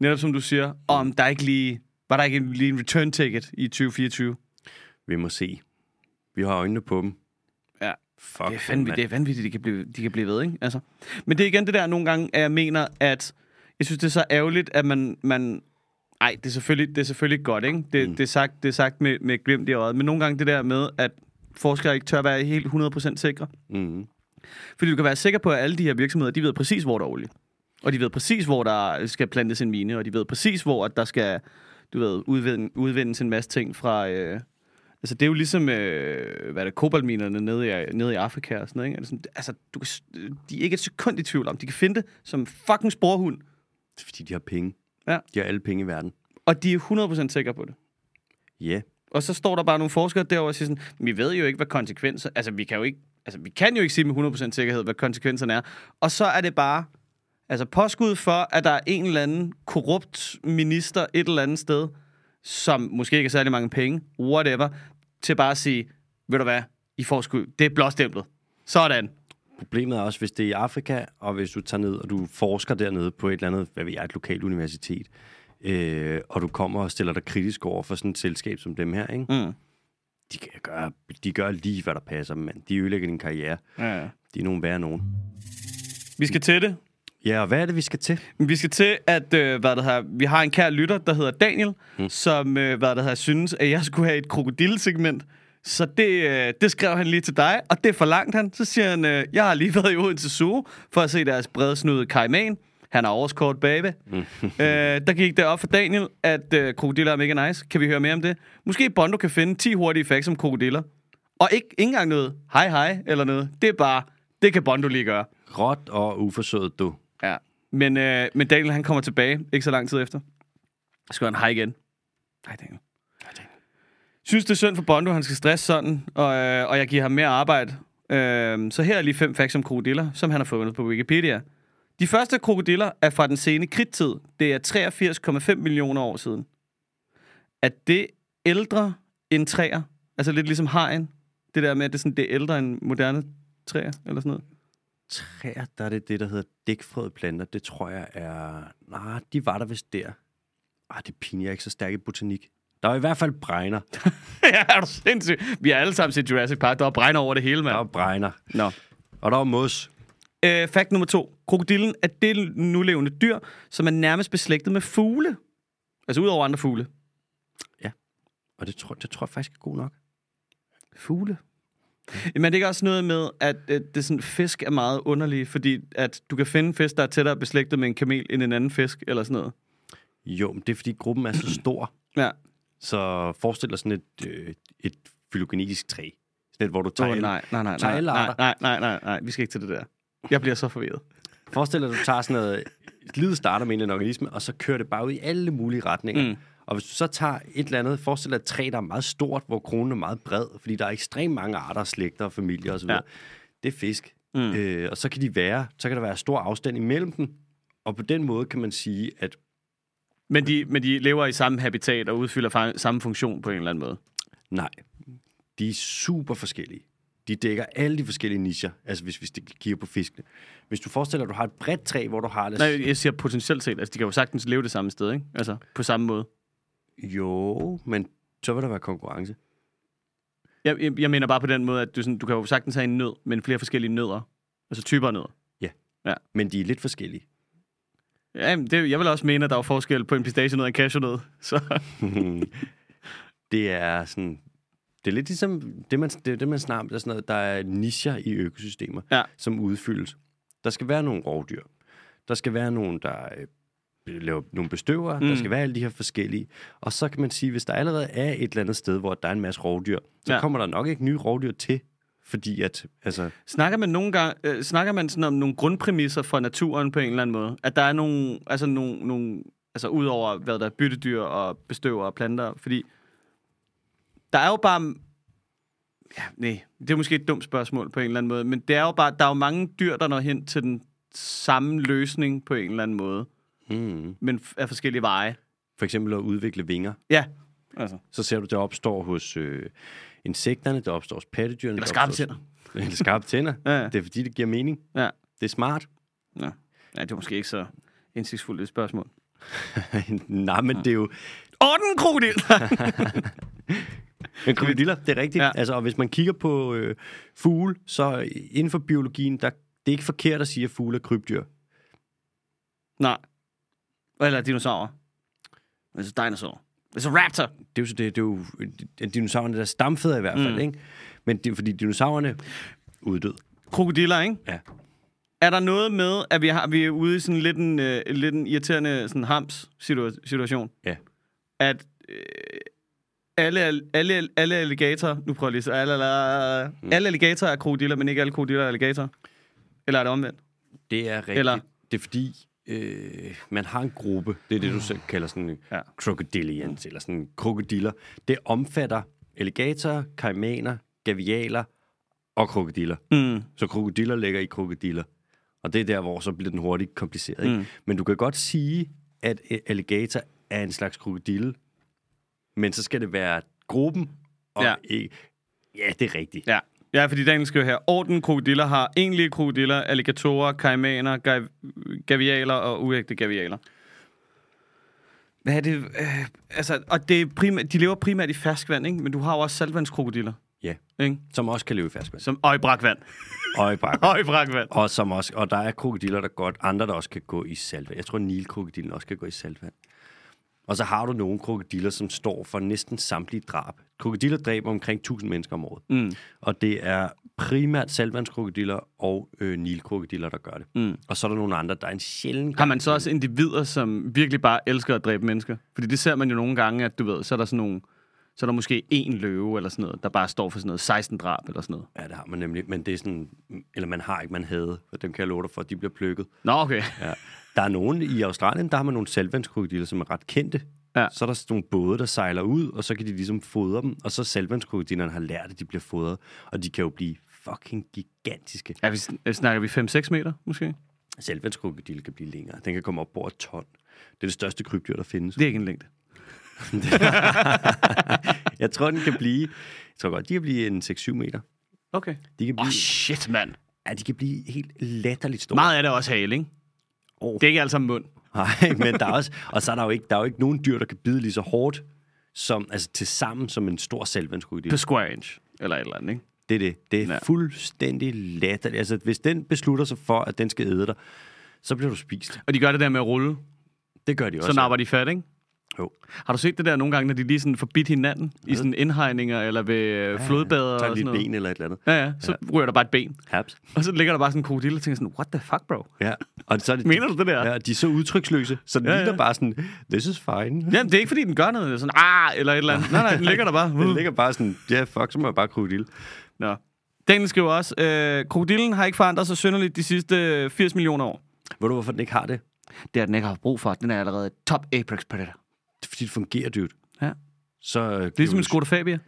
S2: Netop som du siger. Og om der ikke lige... Var der ikke en, lige en return ticket i 2024?
S1: vi må se. Vi har øjnene på dem.
S2: Ja.
S1: Fuck,
S2: Det er, vanvittigt, det er vanvittigt, de kan blive, de kan blive ved, ikke? Altså. Men det er igen det der nogle gange, at jeg mener, at jeg synes, det er så ærgerligt, at man... man ej, det er selvfølgelig, det er selvfølgelig godt, ikke? Det, mm. det, er sagt, det er sagt med, med glimt i øjet. Men nogle gange det der med, at forskere ikke tør være helt 100% sikre.
S1: Mm-hmm.
S2: Fordi du kan være sikker på, at alle de her virksomheder, de ved præcis, hvor der er olie. Og de ved præcis, hvor der skal plantes en mine, og de ved præcis, hvor at der skal du ved, udvind, udvindes en masse ting fra... Øh, altså, det er jo ligesom, øh, hvad er det, kobaltminerne nede i, nede i Afrika og sådan noget, ikke? Er det sådan, altså, du kan, s- de er ikke et sekund i tvivl om. De kan finde det som fucking sporhund,
S1: Det er, fordi de har penge.
S2: Ja.
S1: De har alle penge i verden.
S2: og de er 100% sikre på det.
S1: Ja.
S2: Og så står der bare nogle forskere derovre og siger sådan, vi ved jo ikke, hvad konsekvenser... Altså, vi kan jo ikke, altså, vi kan jo ikke sige med 100% sikkerhed, hvad konsekvenserne er. Og så er det bare altså, påskud for, at der er en eller anden korrupt minister et eller andet sted, som måske ikke har særlig mange penge, whatever, til bare at sige, ved du hvad, I får sgu, det er blåstemplet. Sådan.
S1: Problemet er også, hvis det er i Afrika, og hvis du tager ned, og du forsker dernede på et eller andet, hvad ved jeg, et lokalt universitet, øh, og du kommer og stiller dig kritisk over for sådan et selskab som dem her, ikke?
S2: Mm.
S1: De, kan gøre, de gør lige, hvad der passer dem, mand. De ødelægger din karriere.
S2: Ja, ja.
S1: De er nogen værre end nogen.
S2: Vi skal til det.
S1: Ja, og hvad er det, vi skal til?
S2: Men Vi skal til, at øh, hvad det her, vi har en kær lytter, der hedder Daniel, mm. som øh, hvad det her, synes, at jeg skulle have et krokodillesegment. Så det, øh, det skrev han lige til dig, og det forlangte han. Så siger han, øh, jeg har lige været i Odense Zoo for at se deres bredsnudede kaiman. Han har overskort babe. Mm. øh, der gik det op for Daniel, at øh, krokodiller er mega nice. Kan vi høre mere om det? Måske Bondo kan finde 10 hurtige facts om krokodiller. Og ikke, ikke engang noget hej hej eller noget. Det er bare, det kan Bondo lige gøre.
S1: Råt og uforsøget du.
S2: Ja. Men, øh, men Daniel, han kommer tilbage, ikke så lang tid efter. Så gør han hej igen. Hej, Daniel. Synes, det er synd for Bondo, han skal stresse sådan, og, øh, og jeg giver ham mere arbejde. Øh, så her er lige fem facts om krokodiller, som han har fundet på Wikipedia. De første krokodiller er fra den sene kridttid. Det er 83,5 millioner år siden. Er det ældre end træer? Altså lidt ligesom hajen. Det der med, at det er, sådan, det er ældre end moderne træer, eller sådan noget.
S1: Træer, der er det det, der hedder dækfrøede planter. Det tror jeg er... Nej, de var der vist der. Ah, det er pinligt, jeg er ikke så stærk i botanik. Der var i hvert fald bregner.
S2: ja, er du sindssyg? Vi har alle sammen set Jurassic Park. Der var bregner over det hele,
S1: Der
S2: mand.
S1: var bregner.
S2: Nå.
S1: Og der var mos.
S2: Øh, fakt nummer to. Krokodillen er det nulevende dyr, som er nærmest beslægtet med fugle. Altså udover andre fugle.
S1: Og det tror, det tror jeg faktisk er god nok.
S2: Fugle? Men det er ikke også noget med, at, at det er sådan, fisk er meget underlige, fordi at du kan finde en fisk, der er tættere beslægtet med en kamel end en anden fisk, eller sådan noget.
S1: Jo, men det er, fordi gruppen er så stor.
S2: Ja.
S1: Så forestil dig sådan et, øh, et phylogenetisk træ. Sådan et, hvor du tager...
S2: Oh,
S1: alle-
S2: nej, nej, nej, nej, nej,
S1: Thailander.
S2: nej, nej, nej, nej, vi skal ikke til det der. Jeg bliver så forvirret.
S1: Forestil dig, at du tager sådan noget... Livet starter med en eller anden organisme, og så kører det bare ud i alle mulige retninger.
S2: Mm.
S1: Mm. Og hvis du så tager et eller andet, forestil dig et træ, der er meget stort, hvor kronen er meget bred, fordi der er ekstremt mange arter, slægter og familier osv.
S2: Ja.
S1: Ja. Det er fisk. Mm. Øh, og så kan de være, så kan der være stor afstand imellem dem. Og på den måde kan man sige, at
S2: Men de, men de lever i samme habitat og udfylder fa- samme funktion på en eller anden måde.
S1: nej, de er super forskellige. De dækker alle de forskellige nicher, altså hvis vi stik- kigger på fiskene. Hvis du forestiller dig, at du har et bredt træ, hvor du har... Lad os
S2: Nej, jeg siger potentielt set. Altså, de kan jo sagtens leve det samme sted, ikke? Altså, på samme måde.
S1: Jo, men så vil der være konkurrence.
S2: Jeg, jeg, jeg mener bare på den måde, at du, sådan, du kan jo sagtens have en nød, men flere forskellige nødder. Altså typer af nødder.
S1: Men de er lidt forskellige.
S2: Ja, men det, jeg vil også mene, at der er forskel på en pistachienød og en cashewnød. Så
S1: det er sådan... Det er lidt ligesom det, man, det, er det, man snakker om. Der er, sådan noget, der er nischer i økosystemer,
S2: Ja.
S1: som udfyldes. Der skal være nogle rovdyr. Der skal være nogen, der øh, laver nogle bestøver. Mm. Der
S2: Mm.
S1: skal være alle de her forskellige. Og så kan man sige, hvis der allerede er et eller andet sted, hvor der er en masse rovdyr, så ja.
S2: Ja.
S1: kommer der nok ikke nye rovdyr til, fordi at... Altså,
S2: snakker man nogle gange, øh, snakker man sådan om nogle grundpræmisser for naturen på en eller anden måde? At der er nogle, altså nogle, nogle altså udover hvad der er byttedyr og bestøver og planter, fordi der er jo bare, ja, nej, det er måske et dumt spørgsmål på en eller anden måde, men det er jo bare, der er jo mange dyr, der når hen til den samme løsning på en eller anden måde,
S1: mm,
S2: men f- af forskellige veje.
S1: for eksempel at udvikle vinger.
S2: Ja, altså.
S1: Så ser du, det opstår hos øh, insekterne, det opstår hos pattedyrene.
S2: Eller
S1: det
S2: skarpe
S1: opstår
S2: tænder.
S1: hos- Eller skarpe tænder.
S2: Ja, ja.
S1: Det er fordi, det giver mening.
S2: Ja.
S1: Det er smart.
S2: Nå. ja, det er måske ikke så indsigtsfuldt et spørgsmål.
S1: Nej, men det er jo...
S2: Orden, krokodil!
S1: Men krokodiller, det er rigtigt. Ja.
S2: Ja.
S1: Altså, og hvis man kigger på øh, fugle, så inden for biologien, der, det er ikke forkert at sige, at fugle er krybdyr.
S2: Nej. Eller dinosaurer. Altså dinosaur. Altså raptor.
S1: Det er jo, så det, det er jo øh, dinosaurerne, der er stamfædre i hvert fald, mm. ikke? Men det er fordi dinosaurerne uddød.
S2: Krokodiller, ikke?
S1: Ja.
S2: Er der noget med, at vi, har, vi er ude i sådan lidt en, øh, lidt en irriterende sådan hams-situation?
S1: Ja.
S2: At øh, alle, al- alle, alle alligator... Nu prøver jeg lige så... Alle, alle, mm. alle alligatorer er krokodiller, men ikke alle krokodiller er alligator. Eller er det omvendt?
S1: Det er rigtigt. Eller...
S2: Eller-
S1: Det er fordi, øh, man har en gruppe, det er det, du selv kalder sådan Mm. ja.
S2: Ja.
S1: crocodilians, eller sådan krokodiller. Det omfatter alligatorer, kaimaner, gavialer og krokodiller.
S2: Mm.
S1: Så krokodiller ligger i krokodiller. Og det er der, hvor så bliver den hurtigt kompliceret. Ikke? Mm.
S2: Mm.
S1: Men du kan godt sige, at en alligator er en slags krokodille, men så skal det være gruppen. Og ja.
S2: Ja.
S1: Ikke... ja, det er rigtigt.
S2: Ja. Ja, fordi Daniel skriver her, orden krokodiller har egentlige krokodiller, alligatorer, kaimaner, gav- gavialer og uægte gavialer. Hvad er det? Øh, altså, og det er primært, de lever primært i ferskvand, ikke? Men du har jo også saltvandskrokodiller,
S1: Ja.
S2: ikke?
S1: Som også kan leve i ferskvand.
S2: Som, og i brakvand.
S1: Og i bakker.
S2: Og i brakvand.
S1: Og, som også, og der er krokodiller, der godt, andre der også kan gå i saltvand. Jeg tror, nilkrokodilen også kan gå i saltvand. Og så har du nogle krokodiller, som står for næsten samtlige drab. Krokodiller dræber omkring 1000 mennesker om året.
S2: Mm.
S1: Og det er primært saltvandskrokodiller og øh, nilkrokodiller, der gør det.
S2: Mm.
S1: Og så er der nogle andre, der er en sjælden
S2: Har
S1: gang.
S2: man så også individer, som virkelig bare elsker at dræbe mennesker? Fordi det ser man jo nogle gange, at du ved, så er der sådan nogle... Så er der måske én løve eller sådan noget, der bare står for sådan noget 16 drab eller sådan noget.
S1: Ja, det har man nemlig. Men det er sådan... Eller man har ikke, man havde. For dem kan jeg love dig for, at de bliver plukket.
S2: Nå, okay.
S1: Ja. Der er nogen i Australien, der har man nogle saltvandskrokodiller, som er ret kendte.
S2: Ja.
S1: Så er der sådan nogle både, der sejler ud, og så kan de ligesom fodre dem. Og så saltvandskrokodillerne har lært, at de bliver fodret. Og de kan jo blive fucking gigantiske.
S2: Ja, vi sn- snakker vi 5-6 meter, måske?
S1: Saltvandskrokodille kan blive længere. Den kan komme op over et ton. Det er det største krybdyr, der findes.
S2: Det er ikke en længde.
S1: Jeg tror, den kan blive... Jeg tror godt, de kan blive en 6-7 meter.
S2: Okay.
S1: De kan blive,
S2: Åh, oh, shit, mand.
S1: ja, de kan blive helt latterligt store.
S2: Meget af det er også hale, ikke?
S1: Åh.
S2: Det er ikke alt sammen mund.
S1: Nej, men der er også, og så er der jo ikke, der er jo ikke nogen dyr, der kan bide lige så hårdt som, altså til sammen som en stor
S2: På
S1: salvandskrokodille.
S2: square inch. Eller et eller andet, ikke?
S1: Det er det. Det er ja.
S2: Ja.
S1: fuldstændig latterligt. Altså, hvis den beslutter sig for, at den skal æde dig, så bliver du spist.
S2: Og de gør det der med at rulle.
S1: Det gør de også.
S2: Så napper de fat, ikke?
S1: Jo.
S2: Har du set det der nogle gange, når de lige sådan forbidt hinanden? I sådan indhegninger eller ved ja, flodbader
S1: Tager
S2: og
S1: lige et
S2: sådan noget?
S1: ben eller et eller andet.
S2: Ja, ja. Så ja. ryger der bare et ben.
S1: Haps.
S2: Og så ligger der bare sådan en krokodil og tænker sådan, what the fuck, bro?
S1: Ja. Og så er det,
S2: Mener du det der?
S1: Ja, de er så udtryksløse, så den ja,
S2: Ja,
S1: ja.
S2: ja.
S1: ligner bare sådan, this is fine.
S2: Jamen, det er ikke, fordi den gør noget. Sådan, ah, eller et eller andet. Nej, nej, den ligger der bare.
S1: Den ligger bare sådan, ja, yeah, fuck, så må jeg bare krokodille.
S2: Nå. Daniel skriver også, øh, krokodillen har ikke forandret sig synderligt de sidste 80 millioner år.
S1: Ved du, hvorfor den ikke har det?
S2: Det har den ikke haft brug for. Den er allerede top apex predator.
S1: Det er, fordi det fungerer, dude.
S2: Ja.
S1: Så, øh,
S2: Det er som en Skoda Fabia.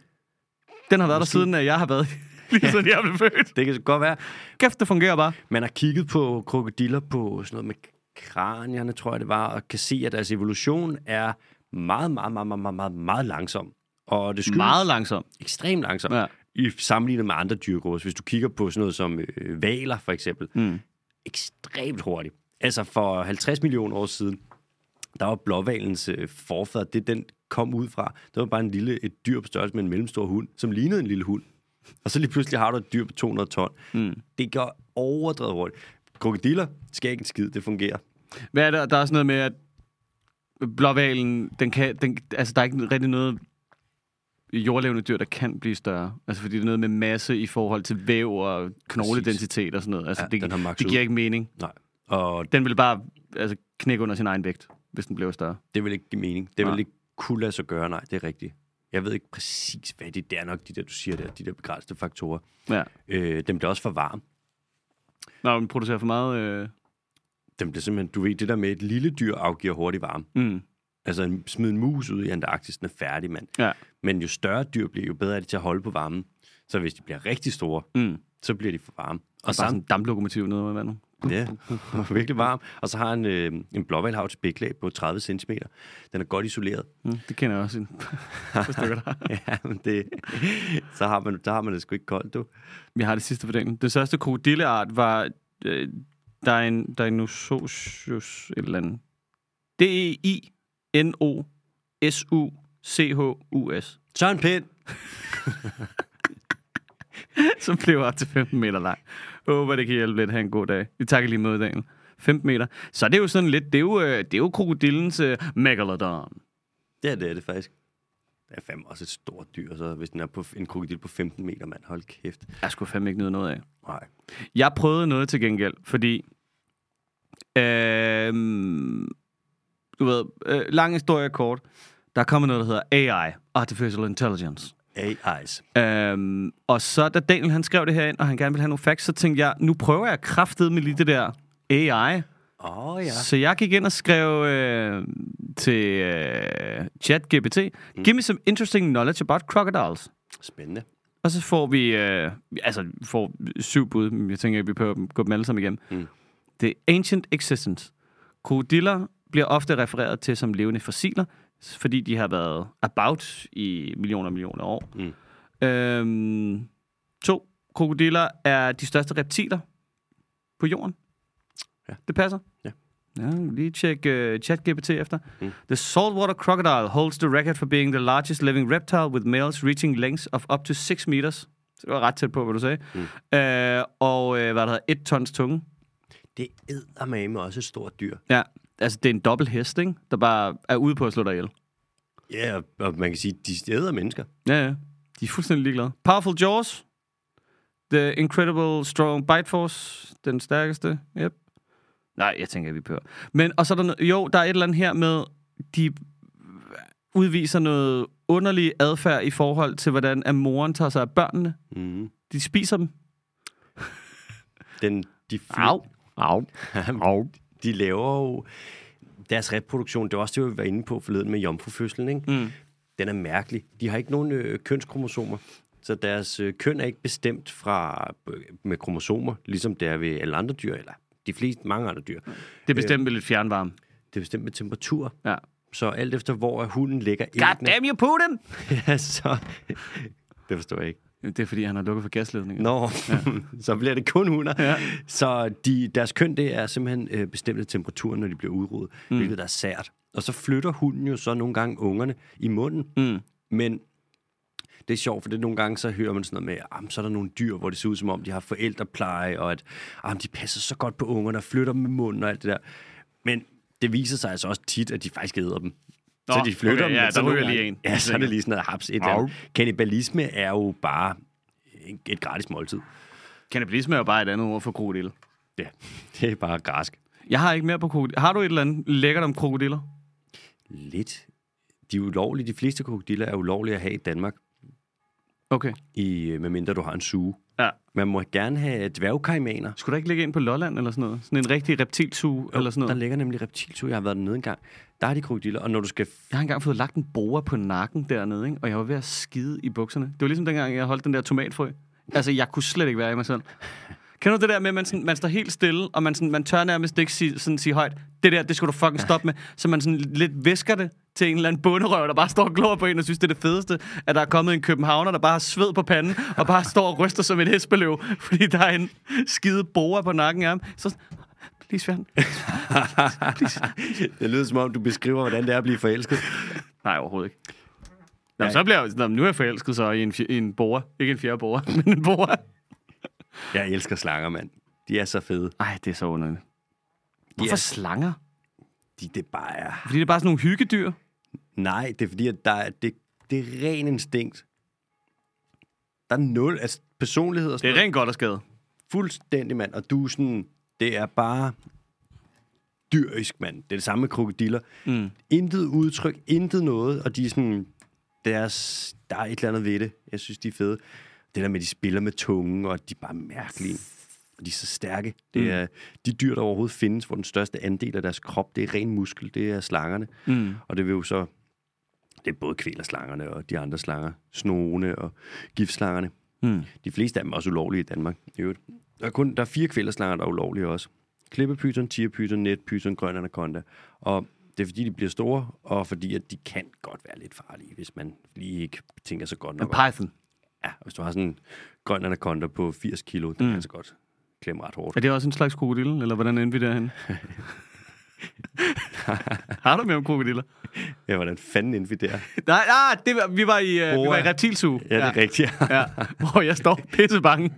S2: Den har været der siden, at jeg har været lige siden jeg blev født.
S1: Det kan godt være.
S2: Kæft, det fungerer bare.
S1: Man har kigget på krokodiller på sådan noget med kranierne, tror jeg det var, og kan se, at deres evolution er meget, meget, meget, meget, meget, meget, meget langsom. Og det skyldes
S2: Meget langsomt.
S1: ekstremt langsom. Ja.
S2: Ja.
S1: i sammenlignet med andre dyrgrupper. Så Hvis du kigger på sådan noget som øh, valer, for eksempel, mm. ekstremt hurtigt. Altså for 50 millioner år siden, der var blåvalens øh, forfader, det den kom ud fra. Det var bare en lille, et dyr på størrelse med en mellemstor hund, som lignede en lille hund. Og så lige pludselig har du et dyr på 200 ton. Mm. Det går overdrevet hurtigt. Krokodiller skal ikke en skid, det fungerer.
S2: Hvad er der? Der er sådan noget med, at blåvalen, den kan, den, altså der er ikke rigtig noget jordlevende dyr, der kan blive større. Altså fordi det er noget med masse i forhold til væv og knogledensitet og sådan noget. Altså
S1: Ja,
S2: det,
S1: den har maks
S2: det
S1: ud.
S2: giver ikke mening.
S1: Nej. Og
S2: Den vil bare altså, knække under sin egen vægt, hvis den blev større.
S1: Det vil ikke give mening. Det
S2: Nej.
S1: vil ikke kunne lade sig gøre, nej, det er rigtigt. Jeg ved ikke præcis, hvad det, det er nok, de der, du siger der, de der begrænsede faktorer.
S2: Ja.
S1: Øh, dem bliver også for varm.
S2: Når den producerer for meget... Øh...
S1: Dem bliver simpelthen, du ved, det der med, et lille dyr afgiver hurtigt varme.
S2: Mm.
S1: Altså, en, smid en mus ud i Antarktis, den er færdig, mand.
S2: Ja.
S1: Men jo større dyr bliver, jo bedre er de til at holde på varmen. Så hvis de bliver rigtig store,
S2: Mm.
S1: så bliver de for varme.
S2: Og bare
S1: Og
S2: sådan
S1: samt,
S2: en damplokomotiv nede under vandet.
S1: ja, virkelig varm. Og så har en, øh, en blåvalhavt spæklag på 30 cm. Den er godt isoleret.
S2: Mm. Det kender jeg også. En... par stykker der.
S1: ja, men det, så har man, der har man det sgu ikke koldt, du.
S2: Vi har det sidste på dagen. Den største krokodilleart var øh, Dino- Dinosocius et eller andet. E D-E-I-N-O-S-U-C-H-U-S.
S1: Søren Pind!
S2: Som blev op til 15 meter lang. Håber, det kan hjælpe lidt. Ha' en god dag. Vi takker lige med dagen. 15 meter. Så det er jo sådan lidt, det er jo, øh, det er jo krokodillens øh, megalodon.
S1: Ja, det er det faktisk. Det er fandme også et stort dyr, så hvis den er på en krokodil på 15 meter, mand, hold kæft.
S2: Jeg skulle fandme ikke nyde noget af.
S1: Nej.
S2: Jeg prøvede noget til gengæld, fordi... Øh, du ved, øh, lang historie kort. Der er kommet noget, der hedder AI, Artificial Intelligence.
S1: AIs.
S2: Øhm, og så da Daniel han skrev det her ind, og han gerne ville have nogle facts, så tænkte jeg, nu prøver jeg kraftet med lige det der AI.
S1: Åh oh,
S2: Ja.
S1: ja.
S2: Så jeg gik ind og skrev øh, til øh, ChatGPT, mm. give me some interesting knowledge about crocodiles.
S1: Spændende.
S2: Og så får vi, øh, altså vi får syv bud, men jeg tænker, at vi prøver at gå dem alle sammen igennem.
S1: Mm.
S2: The Ancient Existence. Krokodiller bliver ofte refereret til som levende fossiler, fordi de har været about i millioner og millioner år. Mm. Øhm, to. Krokodiller er de største reptiler på jorden.
S1: Ja.
S2: Det passer.
S1: Ja.
S2: Ja, lige tjek uh, ChatGPT efter.
S1: Mm.
S2: The saltwater crocodile holds the record for being the largest living reptile with males reaching lengths of up to 6 meters. Så det var ret tæt på, hvad du sagde. Mm. Uh, og uh, hvad der hedder, 1 tons tunge.
S1: Det er med også et stort dyr.
S2: Ja, altså det er en dobbelt hest, ikke? Der bare er ude på at slå dig ihjel.
S1: Ja, og- og man kan sige, de æder mennesker.
S2: Ja, ja. De er fuldstændig ligeglade. Powerful Jaws. The Incredible Strong Bite Force. Den stærkeste. Yep. Nej, jeg tænker, vi behøver. Men, og så er der noget, jo, der er et eller andet her med, de udviser noget underlig adfærd i forhold til, hvordan at moren tager sig af børnene.
S1: Mm.
S2: De spiser dem.
S1: Den, de, fly-
S2: Au. Au.
S1: de laver jo deres reproduktion. Det var også det, vi var inde på forleden med jomfrufødslen, ikke?
S2: Mm.
S1: Den er mærkelig. De har ikke nogen øh, kønskromosomer. Så deres øh, køn er ikke bestemt fra, øh, med kromosomer, ligesom det er ved alle andre dyr, eller de fleste, mange andre dyr.
S2: Det er bestemt med lidt fjernvarme.
S1: Det er bestemt med temperatur.
S2: Ja.
S1: Så alt efter, hvor at hunden ligger
S2: God damn you, Putin!
S1: ja, så... Det forstår jeg ikke.
S2: Det er, fordi han har lukket for gasledningen.
S1: Nå, ja. så bliver det kun hunder.
S2: Ja.
S1: Så de, deres køn, det er simpelthen øh, bestemt af temperaturen, når de bliver udrodet, mm. hvilket er sært. Og så flytter hunden jo så nogle gange ungerne i munden.
S2: Mm.
S1: Men det er sjovt, for det nogle gange, så hører man sådan noget med, ah, men så er der nogle dyr, hvor det ser ud som om, de har forældrepleje, og at ah, men de passer så godt på ungerne og flytter dem med munden og alt det der. Men det viser sig altså også tit, at de faktisk æder dem. Nå, så
S2: Nå,
S1: de flytter
S2: okay,
S1: dem.
S2: ja,
S1: men så
S2: der
S1: nogle
S2: ryger lige
S1: gange-
S2: en.
S1: Ja, så er det lige sådan noget haps. Et eller andet. Kannibalisme er jo bare en- et gratis måltid.
S2: Kannibalisme er jo bare et andet ord for krokodil.
S1: Ja, det er bare græsk.
S2: Jeg har ikke mere på krokodiller. Har du et eller andet lækkert om krokodiller?
S1: Lidt. De er ulovlige. De fleste krokodiller er ulovlige at have i Danmark,
S2: Okay.
S1: i, øh, medmindre du har en suge.
S2: Ja.
S1: Man må gerne have dværgkaimaner.
S2: Skulle der ikke ligge ind på Lolland eller sådan noget? Sådan en rigtig reptilsuge eller sådan
S1: Der
S2: noget?
S1: ligger nemlig reptilsuge. Jeg har været dernede engang. Der er de krokodiller, og når du skal... f-
S2: Jeg har engang fået lagt en boa på nakken dernede, ikke? og jeg var ved at skide i bukserne. Det var ligesom dengang, jeg holdt den der tomatfrø. Altså, jeg kunne slet ikke være i mig selv. Kender du det der med, at man, sådan, man står helt stille, og man, sådan, man tør nærmest ikke sige, sådan sige højt, det der, det skulle du fucking stoppe med. Så man sådan lidt visker det til en eller anden bunderøv, der bare står og glor på en og synes, det er det fedeste, at der er kommet en københavner, der bare har sved på panden og bare står og ryster som et hespeløv, fordi der er en skide boa på nakken af ham. Så sådan, please, Fjern.
S1: det lyder som om, du beskriver, hvordan det er at blive forelsket.
S2: Nej, overhovedet ikke. Nå,
S1: Nej.
S2: så bliver jeg, jo- nå, men nu er jeg forelsket så i en, fj- i en boa. Ikke en fjerde boa, men en boa.
S1: Jeg elsker slanger, mand. De er så fede.
S2: Nej, det er så underligt. Hvorfor
S1: Yes.
S2: slanger?
S1: De, det bare er...
S2: Fordi det er bare sådan nogle hyggedyr.
S1: Nej, det er fordi, at der er, det, det er ren instinkt. Der er nul altså, personlighed og
S2: Det
S1: sådan
S2: er rent godt at skade.
S1: Fuldstændig, mand. Og du er sådan, det er bare dyrisk, mand. Det er det samme med krokodiller. Mm. Intet udtryk, intet noget, og de er sådan, deres, der er et eller andet ved det. Jeg synes, de er fede. Det der med, at de spiller med tungen, og de er bare mærkelige. Og de er så stærke. Det er de dyr, der overhovedet findes, hvor den største andel af deres krop, det er ren muskel, det er slangerne. Mm. Og det vil jo så, det er både kvælerslangerne og de andre slanger, snoene og giftslangerne. Mm. De fleste af dem er også ulovlige i Danmark, i øvrigt. Der er, kun, der er fire kvælerslanger, der er ulovlige også. Klippepyton, tierpyton, netpyton, grøn anaconda. Og det er fordi, de bliver store, og fordi at de kan godt være lidt farlige, hvis man lige ikke tænker så godt nok. om-
S2: Python.
S1: Ja, hvis du har sådan en grøn anaconda på 80 kilo, den mm. kan altså godt klemme ret hårdt.
S2: Er det også en slags krokodille, eller hvordan endte vi derhen? Har du mere om krokodiller?
S1: Ja, hvordan fanden endte vi der?
S2: Nej, ah, det var, vi var i, øh, vi
S1: Boa.
S2: var i reptilsuge.
S1: Ja, det er rigtigt.
S2: ja, hvor jeg står pissebange.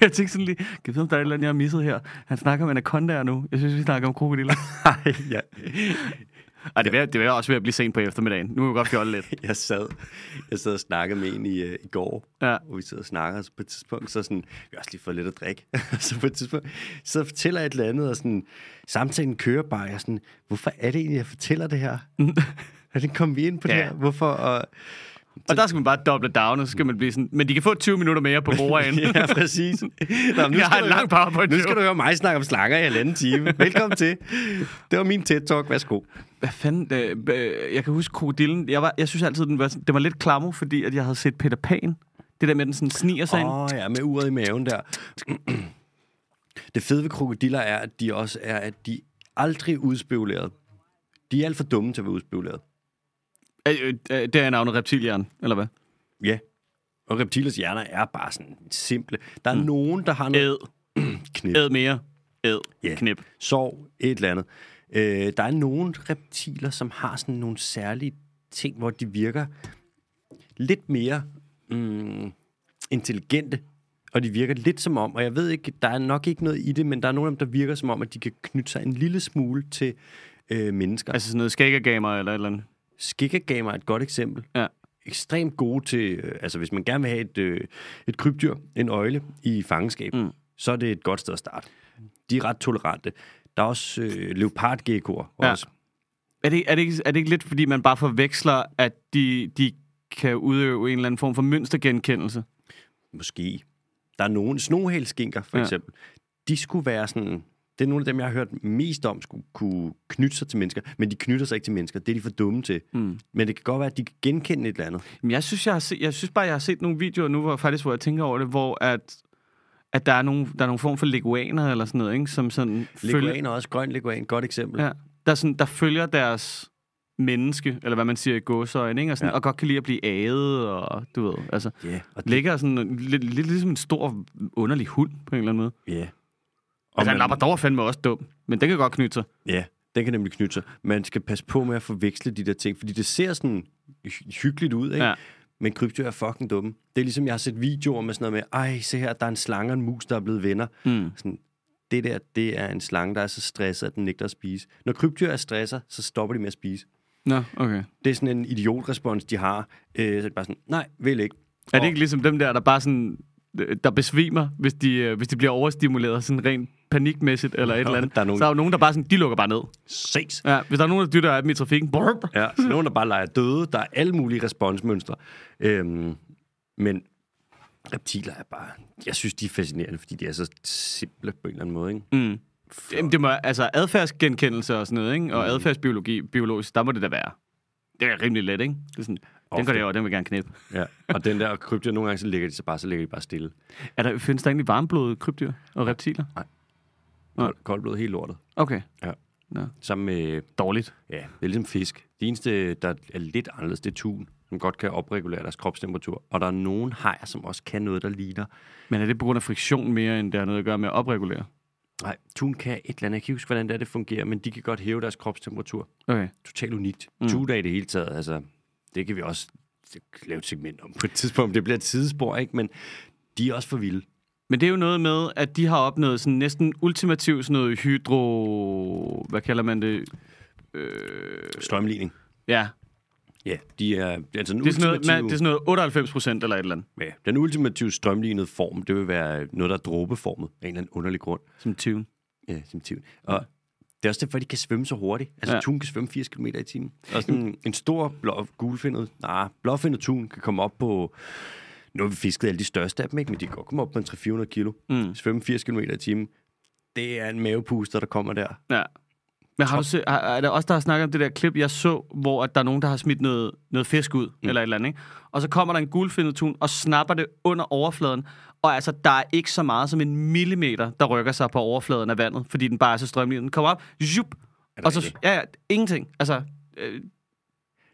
S2: Jeg tænkte sådan lige, kan jeg vide, om der er et eller andet, jeg har misset her? Han snakker om anacondaer nu. Jeg synes, vi snakker om krokodiller.
S1: ja.
S2: Ej, det vil, det vil også ved at blive sent på eftermiddagen. Nu må vi godt fjolle lidt.
S1: Jeg sad, jeg sad og snakkede med en i, øh, i går,
S2: Ja.
S1: og vi sad og snakkede, og så på et tidspunkt, så sådan, vi har også lige fået lidt at drikke, så på et tidspunkt, så fortæller jeg et eller andet, og sådan, samtalen kører bare, og jeg er sådan, hvorfor er det egentlig, jeg fortæller det her? Hvordan kom vi ind på ja.
S2: Ja.
S1: det her? Hvorfor? Og,
S2: Og der skal man bare doble down, og så skal man blive sådan... Men de kan få 20 minutter mere på borgeren.
S1: ja, præcis. Nå, men
S2: Jeg har
S1: du
S2: en lang
S1: høre-
S2: powerpoint.
S1: Nu skal du høre mig snakke om slanger i halvanden time. Velkommen til. Det var min TED-talk. Værsgo.
S2: Hvad fanden? Øh, øh, jeg kan huske krokodillen. Jeg, var, jeg synes altid, den var, sådan- den var lidt klammer, fordi at jeg havde set Peter Pan. Det der med, at den sådan sniger sig ind.
S1: Åh oh, ja, med uret i maven der. Det fede ved krokodiller er, at de også er, at de aldrig er udspekuleret. De er alt for dumme til at være udspekuleret.
S2: Øh, øh, øh, det er navnet reptilhjern, eller hvad?
S1: Ja. Og reptilers hjerner er bare sådan simple. Der er mm. nogen, der har noget
S2: Æd.
S1: knip,
S2: Æd mere. Æd.
S1: Ja.
S2: Yeah. Knip.
S1: sorg, et eller andet. Øh, der er nogle reptiler, som har sådan nogle særlige ting, hvor de virker lidt mere mm, intelligente, og de virker lidt som om, og jeg ved ikke, der er nok ikke noget i det, men der er nogle af dem, der virker som om, at de kan knytte sig en lille smule til øh, mennesker. Altså,
S2: Altså sådan noget skæggergamer eller et eller andet.
S1: Skikkergamer er et godt eksempel.
S2: Ja.
S1: Ekstremt gode til, øh, altså hvis man gerne vil have et, øh, et krybdyr, en øjle i fangenskab, mm. så er det et godt sted at starte. De er ret tolerante. Der er også øh, leopardgekkoer.
S2: Ja.
S1: Også.
S2: Er det, er, det ikke, er det ikke lidt, fordi man bare forveksler, at de, de kan udøve en eller anden form for mønstergenkendelse?
S1: Måske. Der er nogen, snohælskinker for
S2: Ja.
S1: eksempel. De skulle være sådan, det er nogle af dem, jeg har hørt mest om, skulle kunne knytte sig til mennesker, men de knytter sig ikke til mennesker. Det er de for dumme til. Mm. Men det kan godt være, at de kan genkende et eller andet.
S2: Jamen, jeg synes, jeg, har set, jeg synes bare, jeg har set nogle videoer nu, hvor, faktisk, hvor jeg tænker over det, hvor at, at der, er nogle, der er nogle form for leguaner eller sådan noget, ikke? som sådan følger,
S1: Leguan er også grøn leguan, godt eksempel.
S2: ja, der, sådan, der følger deres menneske, eller hvad man siger i gåsøjne, ikke? Og, sådan,
S1: Ja.
S2: ja. og godt kan lide at blive aget, og du ved, altså,
S1: Ja, og det,
S2: ligger sådan lidt, lidt ligesom en stor, underlig hund på en eller anden måde.
S1: ja. Og
S2: Altså, en
S1: man-
S2: labrador er fandme også dum, men den kan godt knytte sig.
S1: Ja, den kan nemlig knytte sig. Man skal passe på med at forveksle de der ting, fordi det ser sådan hy- hyggeligt ud, ikke? Ja.
S2: Ja.
S1: Men krybdyr er fucking dumme. Det er ligesom, jeg har set videoer med sådan noget med, ej, se her, der er en slange og en mus, der er blevet venner. Mm. Sådan, det der, det er en slange, der er så stresset, at den nægter at spise. Når krybdyr er stresser, så stopper de med at spise.
S2: Nå, okay.
S1: Det er sådan en idiotrespons, de har. Øh, så er det bare sådan, nej, vil ikke.
S2: Er det ikke ligesom dem der, der bare sådan øh, der besvimer, hvis de, øh, hvis de bliver overstimuleret sådan rent panikmæssigt eller et eller andet.
S1: der er nogen-
S2: Så er jo nogen, der bare sådan, de lukker bare ned.
S1: Ses.
S2: Ja, hvis der er nogen, der dytter af dem i trafikken, brrr,
S1: Ja, så nogen, der bare leger døde. Der er alle mulige responsmønstre. Øhm, men reptiler er bare... Jeg synes, de er fascinerende, fordi de er så simple på en eller anden måde, ikke? Mm.
S2: Jamen, det må, altså adfærdsgenkendelse og sådan noget, ikke? og adfærdsbiologi, biologisk, der må det da være. Det er rimelig let, ikke? Det er sådan, den
S1: Ofte.
S2: går derover, den vil jeg gerne knippe.
S1: Ja. Og den der krybdyr, nogle gange så ligger de så bare, så ligger de bare stille.
S2: Er der, findes der egentlig varmblodede krybdyr og reptiler?
S1: Kold, koldblod helt lortet.
S2: Okay.
S1: Ja.
S2: Nå.
S1: Sammen med,
S3: Dårligt.
S1: ja, det er ligesom fisk. Det eneste, der er lidt anderledes, det er tun, som godt kan opregulere deres kropstemperatur. Og der er nogen hajer, som også kan noget, der ligner.
S2: Men er det på grund af friktion mere, end det har noget at gøre med at opregulere?
S1: Nej, tun kan et eller andet. Jeg kan ikke huske, hvordan det, er, det fungerer, men de kan godt hæve deres kropstemperatur.
S2: Okay.
S1: Totalt unikt. Mm. Tun er i det hele taget, altså, det kan vi også lave et segment om på et tidspunkt. Det bliver et sidespor, ikke? Men de er også for vilde.
S2: Men det er jo noget med, at de har opnået sådan næsten ultimativ sådan noget hydro... Hvad kalder man det?
S1: Strømligning.
S2: Øh, Ja,
S1: Ja, de er, altså den
S2: det er sådan noget, man,
S1: ultimative-
S2: det er sådan noget 98 procent eller et eller andet.
S1: Ja, den ultimative strømlignede form, det vil være noget, der er dråbeformet af en eller anden underlig grund.
S2: Som tune.
S1: Ja, som tun. Og det er også derfor, de kan svømme så hurtigt. Altså,
S2: Ja.
S1: ja. tun kan svømme 80 km i timen. Og sådan en stor blå, gulfindet, nej, blåfindet tun kan komme op på... Nu har vi fisket alle de største af dem, ikke? men de kan godt komme op på en 300-400 kilo. Mm. Svømme 80 km i timen. Det er en mavepuster, der kommer der.
S2: Ja. Men har du se, har, er der også der har snakket om det der klip, jeg så, hvor at der er nogen, der har smidt noget, noget fisk ud, mm. eller et eller andet, ikke? Og så kommer der en guldfindet tun og snapper det under overfladen, og altså, der er ikke så meget som en millimeter, der rykker sig på overfladen af vandet, fordi den bare er så strømlig. Den kommer op, jup, og så,
S1: rigtigt?
S2: ja, ja, ingenting. Altså, øh,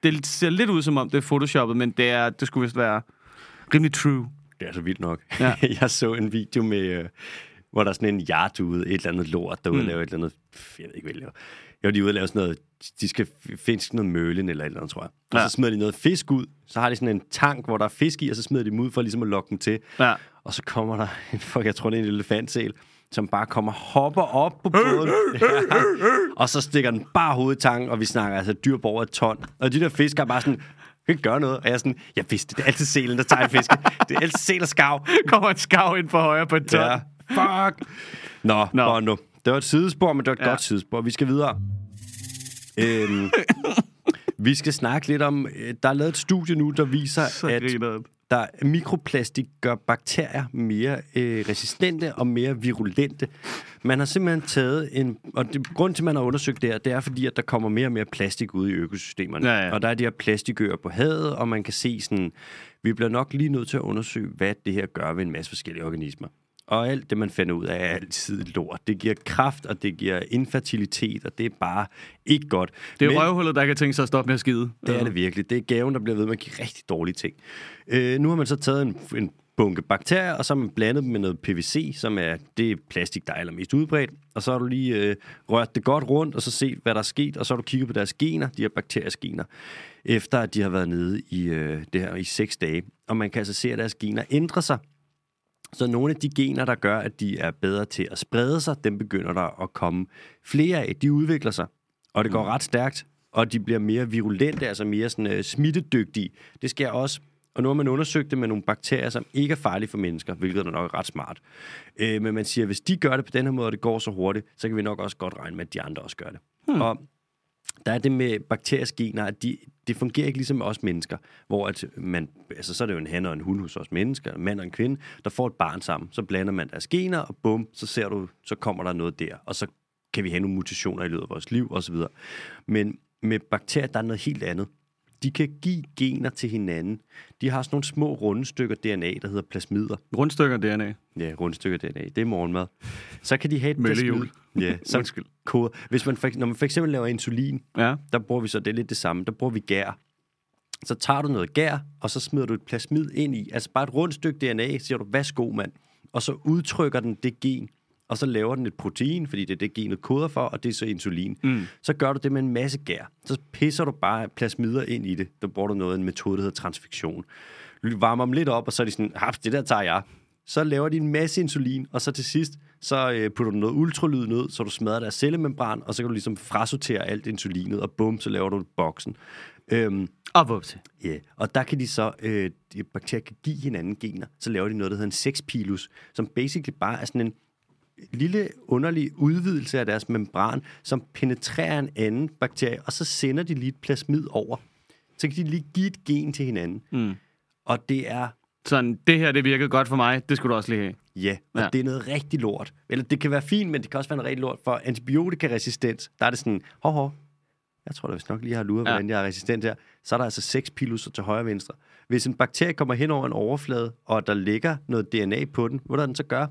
S2: det ser lidt ud, som om det er photoshoppet, men det, er, det skulle vist være rimelig true.
S1: Det er så vildt nok.
S2: Ja.
S1: Ja. jeg så en video med, øh, hvor der er sådan en jart ude, et eller andet lort, der ude mm. laver et eller andet, pff, jeg ved ikke, hvad de laver. Jo, de er ude og lave sådan noget, de skal f- finde sådan noget mølen eller et eller andet, tror jeg. Og
S2: Ja.
S1: ja. så smider de noget fisk ud, så har de sådan en tank, hvor der er fisk i, og så smider de dem ud for ligesom at lokke dem til.
S2: Ja.
S1: Og så kommer der en, fuck, jeg tror det er en elefantsæl, som bare kommer og hopper op på båden. Ja. Og så stikker den bare hovedet i tanken, og vi snakker altså dyr på over et ton. Og de der fiskere er bare sådan, kan ikke gøre noget. Og jeg er sådan, jeg vidste, det er altid selen, der tager en fisk. Det er altid sel og skav.
S2: Kommer en skav ind for højre på et tøj.
S1: Ja. Fuck. Nå,
S2: Nå.
S1: Nå. Bondo. Det var et sidespor, men det var et
S2: Ja.
S1: ja. godt sidespor. Vi skal videre. Øhm, vi skal snakke lidt om... øh, Der er lavet et studie nu, der viser,
S2: Så
S1: at
S2: grineren.
S1: der mikroplastik gør bakterier mere øh, resistente og mere virulente. Man har simpelthen taget en... Og det, grunden til, at man har undersøgt det her, det er fordi, at der kommer mere og mere plastik ud i økosystemerne.
S2: Ja, ja.
S1: Og der er de her plastikøer på havet, og man kan se sådan... Vi bliver nok lige nødt til at undersøge, hvad det her gør ved en masse forskellige organismer. Og alt det, man finder ud af, er altid lort. Det giver kraft, og det giver infertilitet, og det er bare ikke godt.
S2: Det er
S1: Men-
S2: jo røvhullet, der kan tænke sig at stoppe med at skide.
S1: det er det virkelig. Det er gaven, der bliver ved med at give rigtig dårlige ting. Øh, nu har man så taget en, en bunke bakterier, og så har man blandet dem med noget PVC, som er det plastik, der er allermest udbredt. Og så har du lige øh, rørt det godt rundt, og så set, hvad der er sket, og så har du kigget på deres gener, de her bakteriers gener, efter at de har været nede i øh, det her i seks dage. Og man kan altså se, at deres gener ændrer sig. Så nogle af de gener, der gør, at de er bedre til at sprede sig, dem begynder der at komme flere af. De udvikler sig, og det går ret stærkt, og de bliver mere virulente, altså mere sådan, øh, smittedygtige. Det sker også. Og nu har man undersøgt det med nogle bakterier, som ikke er farlige for mennesker, hvilket er nok ret smart. Øh, men man siger, at hvis de gør det på den her måde, og det går så hurtigt, så kan vi nok også godt regne med, at de andre også gør det. Hmm. Og der er det med bakteriers gener, at de, det fungerer ikke ligesom med os mennesker, hvor at man, altså så er det jo en han og en hun hos os mennesker, en mand og en kvinde, der får et barn sammen. Så blander man deres gener, og bum, så ser du, så kommer der noget der, og så kan vi have nogle mutationer i løbet af vores liv osv. Men med bakterier, der er noget helt andet. De kan give gener til hinanden. De har sådan nogle små runde stykker DNA, der hedder plasmider.
S2: Rundstykker DNA.
S1: Ja, rundstykker DNA. Det er morgenmad. Så kan de have et
S2: Møllehjul.
S1: plasmid- Ja, som
S2: Undskyld.
S1: koder. Hvis man for, eks- når man for eksempel laver insulin,
S2: Ja.
S1: der bruger vi så, det er lidt det samme, der bruger vi gær. Så tager du noget gær, og så smider du et plasmid ind i, altså bare et rundt stykke DNA, siger du, værsgo mand, og så udtrykker den det gen, og så laver den et protein, fordi det er det genet koder for, og det er så insulin. Mm. Så gør du det med en masse gær. Så pisser du bare plasmider ind i det. Der bruger du noget, en metode, der hedder transfiktion. Du Varmer dem lidt op, og så er de sådan, haps, det der tager jeg. Så laver de en masse insulin, og så til sidst, så øh, putter du noget ultralyd ned, så du smadrer deres cellemembran, og så kan du ligesom frasortere alt insulinet, og bum, så laver du boksen. Øhm,
S2: Og vup til.
S1: Ja, og der kan de så, øh, de bakterier kan give hinanden gener, så laver de noget, der hedder en sexpilus, som basically bare er sådan en lille underlig udvidelse af deres membran, som penetrerer en anden bakterie, og så sender de lige et plasmid over. Så kan de lige give et gen til hinanden. Mm. Og det er
S2: Sådan, det her, det virkede godt for mig. Det skulle du også lige have.
S1: Ja, og
S2: Ja.
S1: ja. det er noget rigtig lort. Eller det kan være fint, men det kan også være noget rigtig lort for antibiotikaresistens. Der er det sådan, hov, hov, jeg tror da vist nok lige jeg har luret,
S2: Ja.
S1: ja. hvordan jeg er resistent her. Så er der altså seks piluser til højre og venstre. Hvis en bakterie kommer hen over en overflade, og der ligger noget DNA på den, hvad der den så gør?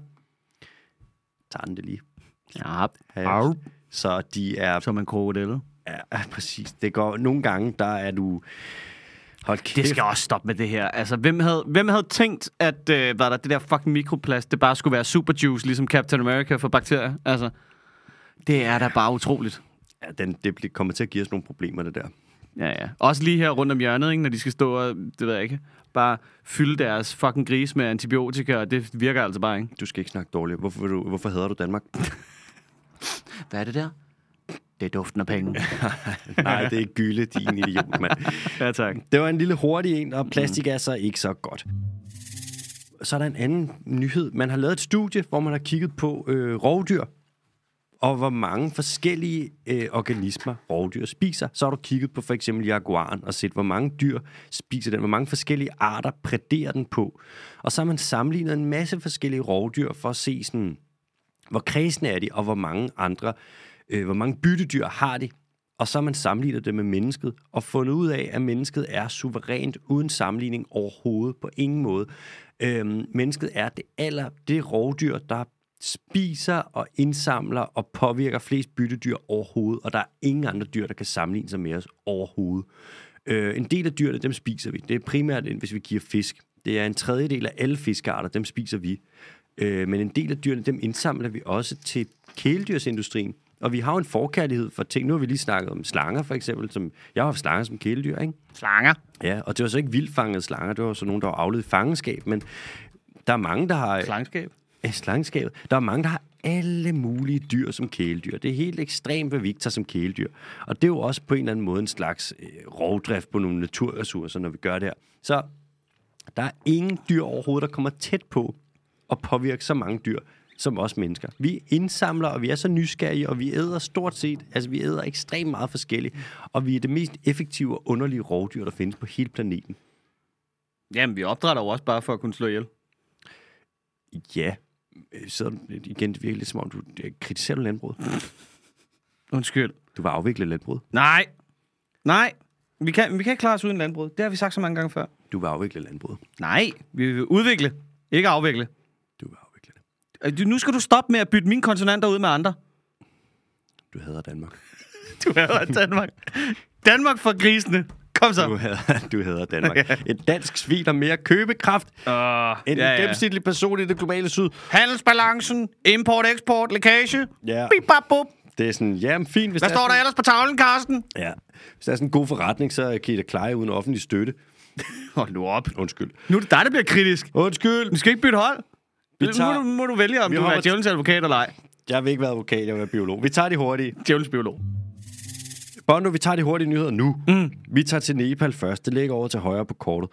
S1: Tager den det lige.
S2: Ja.
S1: Har jeg- Så de er...
S3: som en krokodille.
S1: Ja, ja, præcis. Det går... Nogle gange, der er du... Hold kæft.
S3: Det skal også stoppe med det her. Altså, hvem havde, hvem havde tænkt, at øh, hvad der, det der fucking mikroplast, det bare skulle være superjuice, ligesom Captain America for bakterier? Altså, det er da bare utroligt.
S1: Ja, den, det bliver- kommer til at give os nogle problemer, det der.
S3: Ja, ja. Også lige her rundt om hjørnet, ikke, når de skal stå og, det ved jeg ikke, bare fylde deres fucking gris med antibiotika, og det virker altså bare, ikke?
S1: Du skal ikke snakke dårligt. Hvorfor, vil du, hvorfor hader du Danmark?
S3: Hvad er det der? Det er duften af penge.
S1: Nej, det er gylde, din idiot, mand.
S3: ja, tak.
S1: Det var en lille hurtig en, og plastik er så ikke så godt. Så er der en anden nyhed. Man har lavet et studie, hvor man har kigget på øh, rovdyr, og hvor mange forskellige øh, organismer rovdyr spiser. Så har du kigget på for eksempel jaguaren og set, hvor mange dyr spiser den, hvor mange forskellige arter præderer den på. Og så har man sammenlignet en masse forskellige rovdyr for at se, sådan, hvor kredsende er de, og hvor mange andre, øh, hvor mange byttedyr har de. Og så har man sammenlignet det med mennesket, og fundet ud af, at mennesket er suverænt, uden sammenligning overhovedet, på ingen måde. Øhm, mennesket er det aller, det rovdyr, der spiser og indsamler og påvirker flest byttedyr overhovedet, og der er ingen andre dyr, der kan sammenligne sig med os overhovedet. Øh, en del af dyrene, dem spiser vi. Det er primært, hvis vi giver fisk. Det er en tredjedel af alle fiskearter, dem spiser vi. Øh, men en del af dyrene, dem indsamler vi også til kæledyrsindustrien. Og vi har jo en forkærlighed for ting. Nu har vi lige snakket om slanger, for eksempel. Som, jeg har haft slanger som kæledyr, ikke?
S3: Slanger.
S1: Ja, og det var så ikke vildfangede slanger. Det var så nogen, der var afledt i fangenskab. Men der er mange, der har...
S2: Slangskab.
S1: Ja, slangenskabet. Der er mange, der har alle mulige dyr som kæledyr. Det er helt ekstremt, hvad vi ikke tager som kæledyr. Og det er jo også på en eller anden måde en slags øh, rovdrift på nogle naturressourcer, når vi gør det her. Så der er ingen dyr overhovedet, der kommer tæt på at påvirke så mange dyr som os mennesker. Vi indsamler, og vi er så nysgerrige, og vi æder stort set, altså vi æder ekstremt meget forskelligt, og vi er det mest effektive og underlige rovdyr, der findes på hele planeten.
S2: Jamen, vi opdrætter jo også bare for at kunne slå ihjel.
S1: Ja, øh, sidder du igen, det virker lidt som om, du øh, kritiserer du landbruget.
S2: Undskyld.
S1: Du var afviklet landbruget.
S2: Nej. Nej. Vi kan, vi kan ikke klare os uden landbrug. Det har vi sagt så mange gange før.
S1: Du vil afvikle landbruget.
S2: Nej. Vi vil udvikle. Ikke afvikle.
S1: Du vil afvikle det.
S2: Øh, du- Nu skal du stoppe med at bytte mine konsonanter ud med andre.
S1: Du hader Danmark.
S2: Du hader Danmark. Danmark for grisene. Kom så.
S1: Du hader, du hader Danmark. Et dansk svin har mere købekraft end ja, en gennemsnitlig person i det globale syd.
S2: Handelsbalancen, import-eksport, lækage.
S1: Ja.
S2: Bip, bap, bup.
S1: Det er sådan, jamen fint, hvis
S2: Hvad
S1: der
S2: står
S1: er
S2: der
S1: sådan,
S2: ellers på tavlen, Karsten?
S1: Ja. Hvis der er sådan en god forretning, så kan I da klare jer uden offentlig støtte.
S2: Hold nu op.
S1: Undskyld.
S2: Nu er det dig, der bliver kritisk.
S1: Undskyld!
S2: Vi skal ikke bytte hold.
S1: Vi
S2: Nu
S1: tager-
S2: må, du, må du vælge, om
S1: Vi
S2: du er
S1: hopper-
S2: djævelens advokat eller ej.
S1: Jeg vil ikke være advokat, jeg vil være biolog. Vi tager de hurtige.
S2: Djævelens biolog.
S1: Bondo, vi tager de hurtige nyheder nu. Mm. Vi tager til Nepal først. Det ligger over til højre på kortet.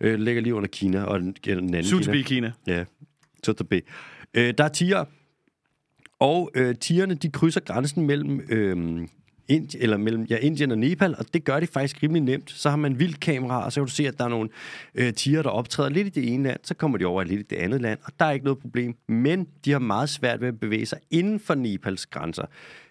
S1: Øh, det ligger lige under Kina og den, den anden
S2: Soon to
S1: Kina.
S2: be Kina.
S1: Ja, Totta B. Øh, der er tiger, og øh, tigerne, de krydser grænsen mellem, øh, Ind, eller mellem ja, Indien og Nepal, og det gør de faktisk rimelig nemt. Så har man vildt kamera, og så kan du se, at der er nogle øh, tiger, der optræder lidt i det ene land, så kommer de over i lidt i det andet land, og der er ikke noget problem. Men de har meget svært ved at bevæge sig inden for Nepals grænser,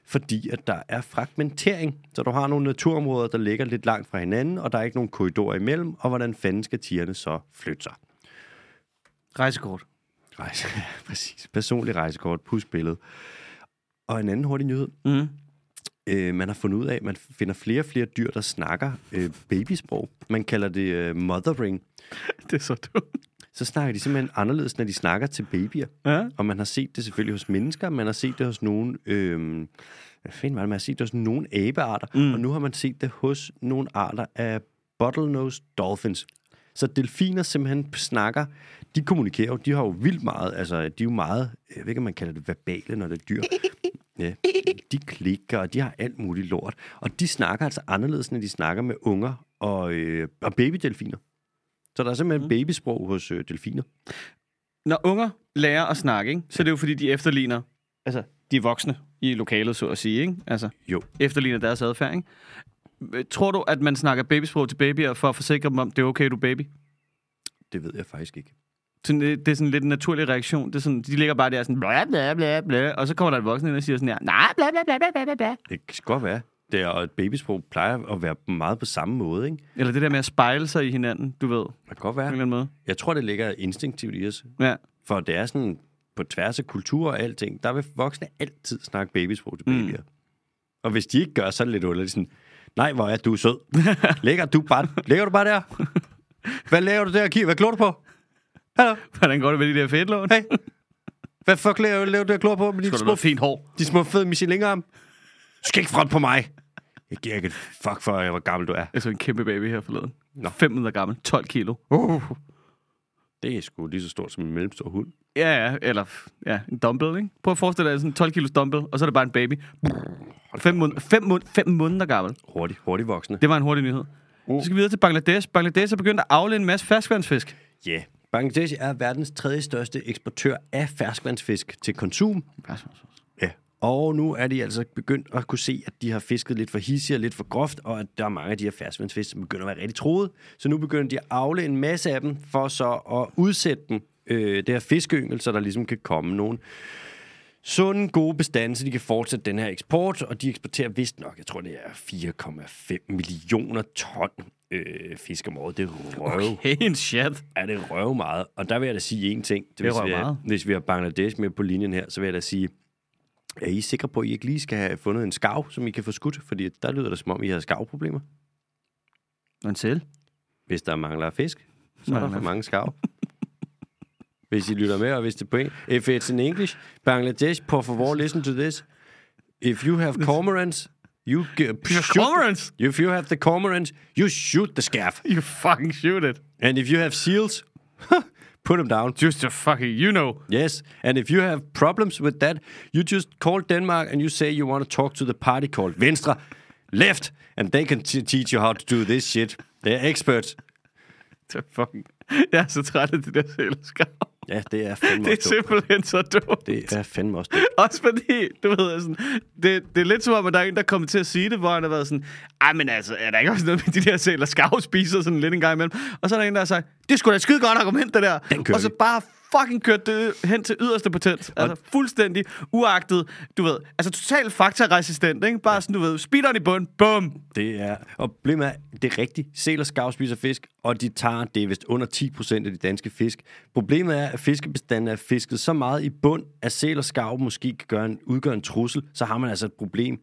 S1: fordi at der er fragmentering. Så du har nogle naturområder, der ligger lidt langt fra hinanden, og der er ikke nogen korridorer imellem, og hvordan fanden skal tigerne så flytte sig?
S2: Rejsekort.
S1: Rejse, ja, præcis. Personlig rejsekort, pusbillede. Og en anden hurtig nyhed.
S2: Mm.
S1: Øh, man har fundet ud af, at man finder flere og flere dyr, der snakker øh, babysprog. Man kalder det øh, mothering.
S2: Det er så dumt.
S1: Så snakker de simpelthen anderledes, når de snakker til babyer.
S2: Ja.
S1: Og man har set det selvfølgelig hos mennesker, man har set det hos nogle... Øh, hvad fanden var det? Man har set det hos nogle abearter, mm. og nu har man set det hos nogle arter af bottlenose dolphins. Så delfiner simpelthen snakker, de kommunikerer jo, de har jo vildt meget, altså de er jo meget, jeg ved ikke, om man kalder det verbale, når det er dyr. Ja, de klikker, og de har alt muligt lort. Og de snakker altså anderledes, når de snakker med unger og, øh, og babydelfiner. Så der er simpelthen babysprog hos øh, delfiner.
S2: Når unger lærer at snakke, ikke? så er det jo fordi, de efterligner altså, de voksne i lokalet, så at sige. Ikke? Altså,
S1: Jo.
S2: efterligner deres adfærd. Ikke? Øh, Tror du, at man snakker babysprog til babyer for at forsikre dem om, det er okay, du er baby?
S1: Det ved jeg faktisk ikke.
S2: Sådan, det, det er sådan lidt en naturlig reaktion. Det er sådan, de ligger bare der sådan, bla bla bla bla, og så kommer der et voksen ind og siger sådan her, nej, bla bla bla bla bla bla.
S1: Det kan godt være. Det er, og et babysprog plejer at være meget på samme måde, ikke?
S2: Eller det der med at spejle sig i hinanden, du ved, på
S1: Det kan godt
S2: en
S1: være.
S2: eller anden måde.
S1: Jeg tror, det ligger instinktivt i os.
S2: Ja.
S1: For det er sådan, på tværs af kultur og alting, der vil voksne altid snakke babysprog til babyer. Mm. Og hvis de ikke gør, så er det lidt underligt sådan, nej, hvor er du sød. Ligger du bare, ligger du bare der? Hvad laver du der, Kim? Hvad klor du på? Hallo?
S2: Hvordan går det med de der fedtlån?
S1: Hey? Hvad fuck laver, laver du der klor på med
S2: Skal
S1: dine
S2: du
S1: små,
S2: noget fint hår?
S1: de små fede Michelin-arm? Du skal ikke front på mig. Jeg giver ikke et fuck for, hvor gammel du er.
S2: Jeg så en kæmpe baby her forleden.
S1: Nå.
S2: 5 måneder gammel, 12 kilo.
S1: Det er sgu lige så stort som en mellemstor hund.
S2: Ja, ja, eller f- ja, en dumbbell, ikke? Prøv at forestille dig sådan en 12 kilos dumbbell, og så er det bare en baby. 5 måneder, fem måned, fem måneder gammel.
S1: Hurtigt, hurtigt voksende.
S2: Det var en hurtig nyhed. Uh. Så skal vi videre til Bangladesh. Bangladesh er begyndt at afle en masse ferskvandsfisk.
S1: Ja. Yeah. Bangladesh er verdens tredje største eksportør af ferskvandsfisk til konsum. Ja. Og nu er de altså begyndt at kunne se, at de har fisket lidt for hissigt og lidt for groft, og at der er mange af de her ferskvandsfisk, som begynder at være rigtig troede. Så nu begynder de at afle en masse af dem, for så at udsætte dem, øh, det her fiskeyngel, så der ligesom kan komme nogle sunde, gode bestande, så de kan fortsætte den her eksport, og de eksporterer vist nok, jeg tror det er 4,5 millioner ton øh, fisk om året. Det er røv.
S2: Hey, en chat.
S1: Ja, det røv meget. Og der vil jeg da sige én ting. Det, hvis,
S2: røv
S1: vi er,
S2: meget.
S1: hvis vi har Bangladesh med på linjen her, så vil jeg da sige, er I sikre på, at I ikke lige skal have fundet en skav, som I kan få skudt? Fordi der lyder det, som om I har skavproblemer.
S2: Og en sæl.
S1: Hvis der mangler fisk, så er der
S2: Mangler
S1: for mange skav. Hvis I lytter med, og hvis det er point. If it's in English, Bangladesh, por favor, listen to this. If you have cormorants, you get, shoot,
S2: Cormorants!
S1: if you have the cormorants, you shoot the scav.
S2: You fucking shoot it.
S1: And if you have seals, put them down.
S2: Just a fucking you know.
S1: Yes, and if you have problems with that, you just call Denmark and you say you want to talk to the party called Venstre, left, and they can t- teach you how to do this shit. They're experts.
S2: Det er fucking... Jeg er så træt af det der sælskav.
S1: Ja, det er fandme
S2: Det er
S1: også dumt.
S2: simpelthen så dumt.
S1: Det er fandme også dumt.
S2: Også fordi, du ved, sådan, det, det er lidt som om, at der er en, der kommer til at sige det, hvor han har været sådan, ej, men altså, er der ikke også noget med de der sæler skav spiser sådan lidt en gang imellem? Og så er der en, der har sagt, det er sgu da et skide godt argument, det der.
S1: Den kører
S2: og så
S1: vi.
S2: bare fucking kørt det hen til yderste potens. Altså fuldstændig uagtet, du ved, altså totalt faktaresistent, ikke? Bare sådan, du ved, speederen i bund, bum.
S1: Det er, og problemet er, det er rigtigt. Sæler skav spiser fisk, og de tager, det er vist under 10% af de danske fisk. Problemet er, at fiskebestanden er fisket så meget i bund, at sæler skav måske kan gøre en, udgøre en trussel, så har man altså et problem.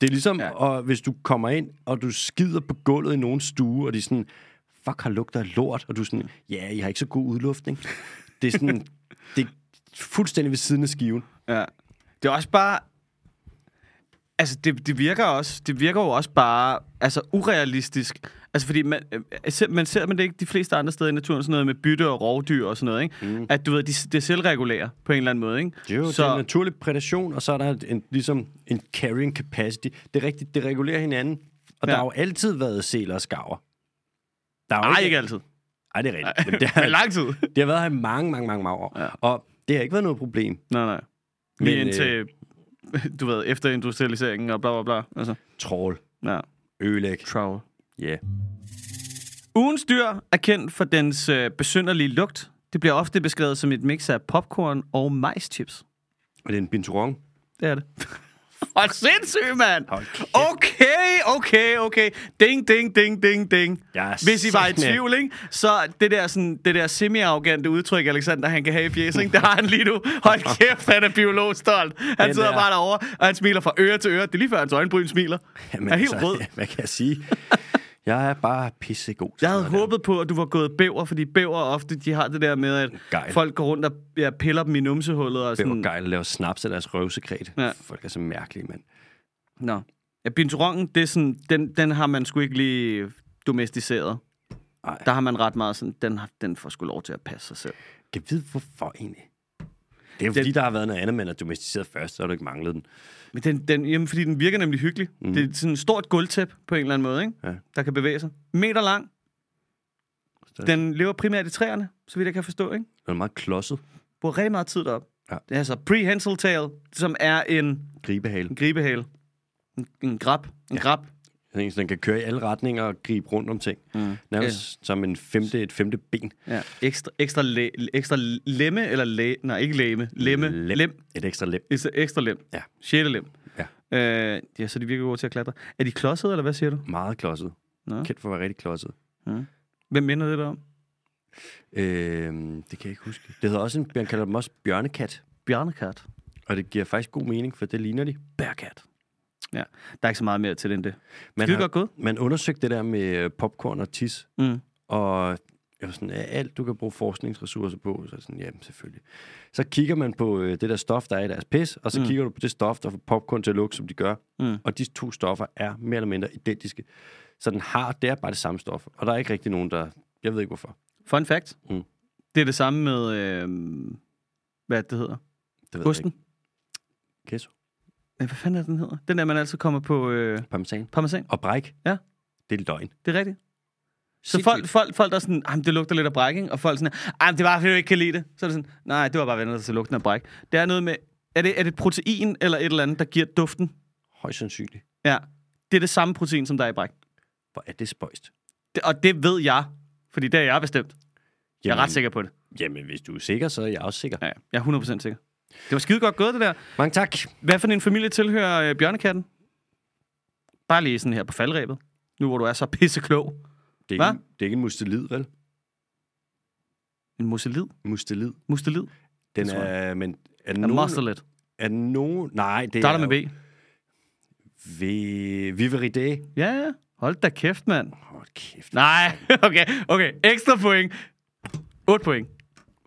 S1: Det er ligesom, ja. og hvis du kommer ind, og du skider på gulvet i nogen stue, og de er sådan, fuck, har lugter af lort, og du er sådan, ja, I har ikke så god udluftning. Det er sådan, det er fuldstændig ved siden af skiven.
S2: Ja. Det er også bare... Altså, det, det, virker også, det virker jo også bare altså, urealistisk. Altså, fordi man, øh, se- man ser man det ikke de fleste andre steder i naturen, sådan noget med bytte og rovdyr og sådan noget, ikke? Mm. At du ved, de, det selvregulerer på en eller anden måde, ikke?
S1: Jo, så... det er en
S2: så,
S1: naturlig prædation, og så er der en, ligesom en carrying capacity. Det er rigtigt, det regulerer hinanden. Og ja.
S2: Ja.
S1: der har jo altid været sæler og skarver. Der er jo
S2: nej, ikke altid.
S1: Ej, det er rigtigt. Men det,
S2: Men
S1: har,
S2: lang tid.
S1: det har været her i mange, mange, mange, mange år. Ja.
S2: Ja.
S1: Og det har ikke været noget problem.
S2: Nej, nej.
S1: Men, øh-
S2: Lige indtil, du ved, efter industrialiseringen og bla bla bla. Altså,
S1: Trål.
S2: ja.
S1: Ølæg.
S2: Travel.
S1: Ja. Yeah.
S2: Ugens dyr er kendt for dens øh, besynderlige lugt. Det bliver ofte beskrevet som et mix af popcorn og majschips.
S1: Og det er en binturong.
S2: Det er det. Hvor sindssygt, mand!
S1: Hold kæft.
S2: Okay, okay, okay. Ding, ding, ding, ding, ding.
S1: Jeg er
S2: Hvis I var i
S1: sat med.
S2: tvivl, ikke? så det der, sådan, det der semi-arrogante udtryk, Alexander, han kan have i fjes, ikke? det har han lige nu. Hold kæft, han er biologstolt. Han
S1: Den
S2: sidder
S1: der.
S2: bare derovre, og han smiler fra øre til øre. Det er lige før, hans øjenbryn smiler. han er helt rød.
S1: altså, Hvad kan jeg sige? Jeg er bare pissegod. til
S2: Jeg havde
S1: sådan noget
S2: håbet på, at du var gået bæver, fordi bæver ofte, de har det der med, at
S1: Gejl.
S2: folk går rundt og ja, piller dem i numsehullet. Og
S1: der. Det
S2: sådan.
S1: var gejl at lave snaps af deres røvsekret. Ja.
S2: Ja.
S1: Folk er så mærkelige, mand.
S2: Nå. Ja, binturongen, det er sådan, den, den har man sgu ikke lige domesticeret.
S1: Ej.
S2: Der har man ret meget sådan, den, har- den får sgu lov til at passe sig selv.
S1: Kan vide, hvorfor egentlig? Det er jo fordi, der har været noget andet, man har domesticeret først, så har du ikke manglet den.
S2: Men den, den, jamen, fordi den virker nemlig hyggelig. Mm. Det er sådan et stort gulvtæp på en eller anden måde, ikke?
S1: Mhm. Ja.
S2: der kan bevæge sig. Meter lang.
S1: Stærkt.
S2: Den lever primært i træerne, så vidt jeg kan forstå, ikke?
S1: Den er meget klodset.
S2: Bruger rigtig meget tid deroppe.
S1: Ja.
S2: Det er altså prehensile tail, som er en,
S1: Gribehale.
S2: en gribehale. En, en grab. En ja. grab.
S1: Jeg tænker, så den kan køre i alle retninger og gribe rundt om ting. Mm. Nærmest som en femte, et femte ben.
S2: Ja. Ekstra, ekstra, læ, ekstra lemme, eller læ, nej, ikke læme. Lemme.
S1: Lem.
S2: Lem.
S1: Et ekstra lem.
S2: Et ekstra lem.
S1: Ja.
S2: Sjette lem.
S1: Ja.
S2: Øh, ja, så de virker gode til at klatre. Er de klodsede, eller hvad siger du?
S1: Meget klodset.
S2: Nå.
S1: Kendt for at være rigtig klodset.
S2: Hvem minder det der om?
S1: Øhm, det kan jeg ikke huske. Det hedder også en, man kalder dem også bjørnekat.
S2: Bjarnekat.
S1: Og det giver faktisk god mening, for det ligner de.
S2: Bærkat. Ja, der er ikke så meget mere til det end det.
S1: Man,
S2: Skide godt gået.
S1: man undersøgte det der med øh, popcorn og tis,
S2: Mm.
S1: og jeg var sådan, ja, alt du kan bruge forskningsressourcer på, så er jeg sådan, jamen selvfølgelig. Så kigger man på øh, det der stof, der er i deres pis, og så mm. kigger du på det stof, der får popcorn til at lukke, som de gør.
S2: Mm.
S1: Og de to stoffer er mere eller mindre identiske. Så den har, det er bare det samme stof, og der er ikke rigtig nogen, der, jeg ved ikke hvorfor.
S2: Fun fact.
S1: Mm.
S2: Mm. Det er det samme med, øh, hvad er det, det hedder?
S1: Det ved
S2: Osten.
S1: Jeg ikke. Queso,
S2: Nej, hvad fanden er det, den hedder? Den der, man altid kommer på øh,
S1: parmesan
S2: parmesan.
S1: og bræk.
S2: Ja.
S1: Det er løgn.
S2: Det er rigtigt. Så
S1: Sindssygt.
S2: folk, folk, folk, der er sådan, "Jamen, det lugter lidt af bræk, ikke? Og folk sådan, "Ej, men det var bare, fordi du ikke kan lide det. Så er det sådan, nej, det var bare venner, der til lugten af bræk. Det er noget med, er det, er det et protein eller et eller andet, der giver duften?
S1: Højst sandsynligt.
S2: Ja, det er det samme protein, som der er i bræk.
S1: Hvor er det spøjst?
S2: Det, og det ved jeg, fordi det er jeg bestemt. Jeg er ret sikker på det.
S1: Jamen, hvis du er sikker, så er jeg også sikker.
S2: Ja, ja. jeg er 100% sikker. Det var skide godt gået, det der.
S1: Mange tak.
S2: Hvad for en familie tilhører øh, bjørnekatten? Bare lige sådan her på faldrebet. Nu hvor du er så pisseklog.
S1: Det er,
S2: Hva?
S1: ikke, det er ikke en mustelid, vel?
S2: En muselid?
S1: Mustelid.
S2: Mustelid?
S1: Den
S2: Det tror
S1: er, men er den
S2: En
S1: nogen...
S2: mustelet.
S1: Er den nogen... Nej, det
S2: Starter
S1: er
S2: med B.
S1: Ved... Viveride.
S2: Ja, ja. Hold da kæft, mand.
S1: Hold kæft.
S2: Nej, okay, okay. Ekstra point. 8 point.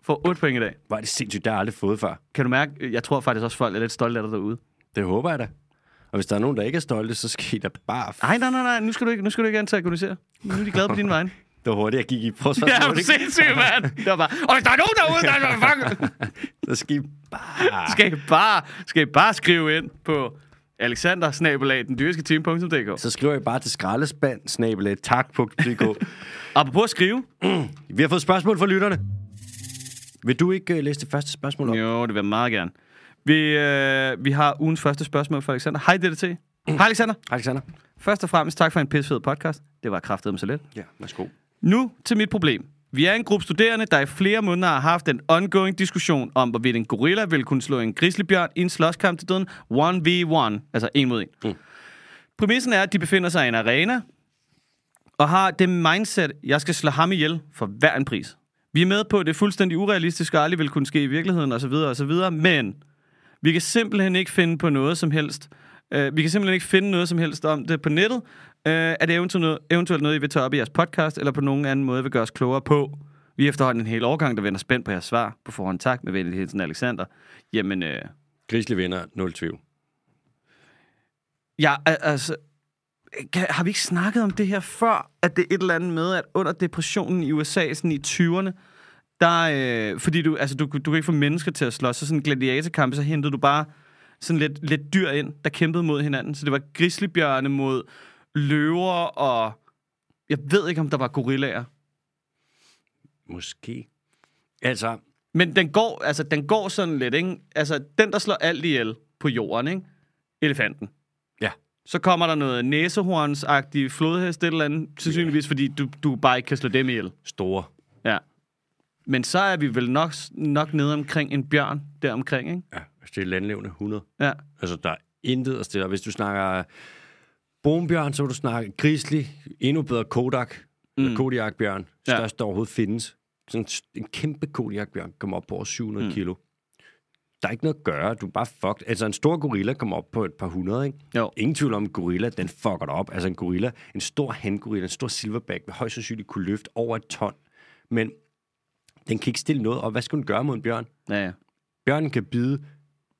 S2: Får 8 point i dag.
S1: Hvor er det sindssygt, der har jeg aldrig fået før.
S2: Kan du mærke, jeg tror faktisk også, folk er lidt stolte af dig derude.
S1: Det håber jeg da. Og hvis der er nogen, der ikke er stolte, så skal I da bare... F-
S2: Nej, nej, nej, nej. Nu skal du ikke, nu skal du ikke antagonisere. Nu er de glade på din vej.
S1: det var hurtigt, jeg gik i forsvar.
S2: Ja, er du sindssyg, mand. Det var bare, og hvis der er nogen derude, der er fuck.
S1: så skal I bare...
S2: Skal I bare, skal I bare skrive ind på alexander den dyrske
S1: Så skriver I bare til skraldespand, eh, snabelag, tak.dk.
S2: Apropos at skrive.
S1: Vi har fået spørgsmål fra lytterne. Vil du ikke øh, læse det første spørgsmål op?
S2: Jo, det vil jeg meget gerne. Vi, øh, vi har ugens første spørgsmål fra Alexander. Hej, DDT. Hej, Alexander.
S1: Alexander?
S2: Først og fremmest tak for en pissefed podcast. Det var kraftet om så let.
S1: Ja, værsgo.
S2: Nu til mit problem. Vi er en gruppe studerende, der i flere måneder har haft en ongoing diskussion om, hvorvidt en gorilla vil kunne slå en grizzlybjørn i en slåskamp til døden 1v1, altså en mod en. Mm. Præmissen er, at de befinder sig i en arena, og har det mindset, jeg skal slå ham ihjel for hver en pris. Vi er med på, at det er fuldstændig urealistisk og aldrig vil kunne ske i virkeligheden osv. osv. Men vi kan simpelthen ikke finde på noget som helst. Uh, vi kan simpelthen ikke finde noget som helst om det på nettet. Uh, er det eventuelt noget, eventuelt noget, I vil tage op i jeres podcast, eller på nogen anden måde vil gøre os klogere på? Vi er efterhånden en hel årgang, der venter spændt på jeres svar. På forhånd tak med venlig hilsen, Alexander. Jamen, øh,
S1: Grislig vinder, nul tvivl.
S2: Ja, al- altså... Kan, har vi ikke snakket om det her før, at det er et eller andet med, at under depressionen i USA, sådan i 20'erne, der, øh, fordi du, altså, du, du kan ikke få mennesker til at slås, så sådan en gladiatorkamp, så hentede du bare sådan lidt, lidt dyr ind, der kæmpede mod hinanden. Så det var grizzlybjørne mod løver, og jeg ved ikke, om der var gorillaer.
S1: Måske. Altså,
S2: Men den går, altså, den går sådan lidt, ikke? Altså, den, der slår alt ihjel på jorden, ikke? Elefanten.
S1: Ja.
S2: Så kommer der noget næsehornsagtig flodhest, et eller andet, sandsynligvis, fordi du, du bare ikke kan slå dem ihjel.
S1: store.
S2: Ja. Men så er vi vel nok, nok nede omkring en bjørn, der omkring, ikke?
S1: Ja, hvis det er landlevende 100.
S2: Ja.
S1: Altså, der er intet at stille. op. Hvis du snakker brunbjørn, så vil du snakke grislig, endnu bedre kodak, mm. kodiakbjørn,
S2: Ja.
S1: størst der overhovedet findes. Sådan en s- en kæmpe kodiakbjørn kommer op på over 700 mm. kilo. Der er ikke noget at gøre, du er bare fucked. Altså, en stor gorilla kommer op på et par hundrede, ikke?
S2: Jo.
S1: Ingen tvivl om, en gorilla, den fucker dig op. Altså, en gorilla, en stor handgorilla, en stor silverback, vil højst sandsynligt kunne løfte over et ton. Men den kan ikke stille noget op. Hvad skal den gøre mod en bjørn?
S2: Ja, ja.
S1: Bjørnen kan bide,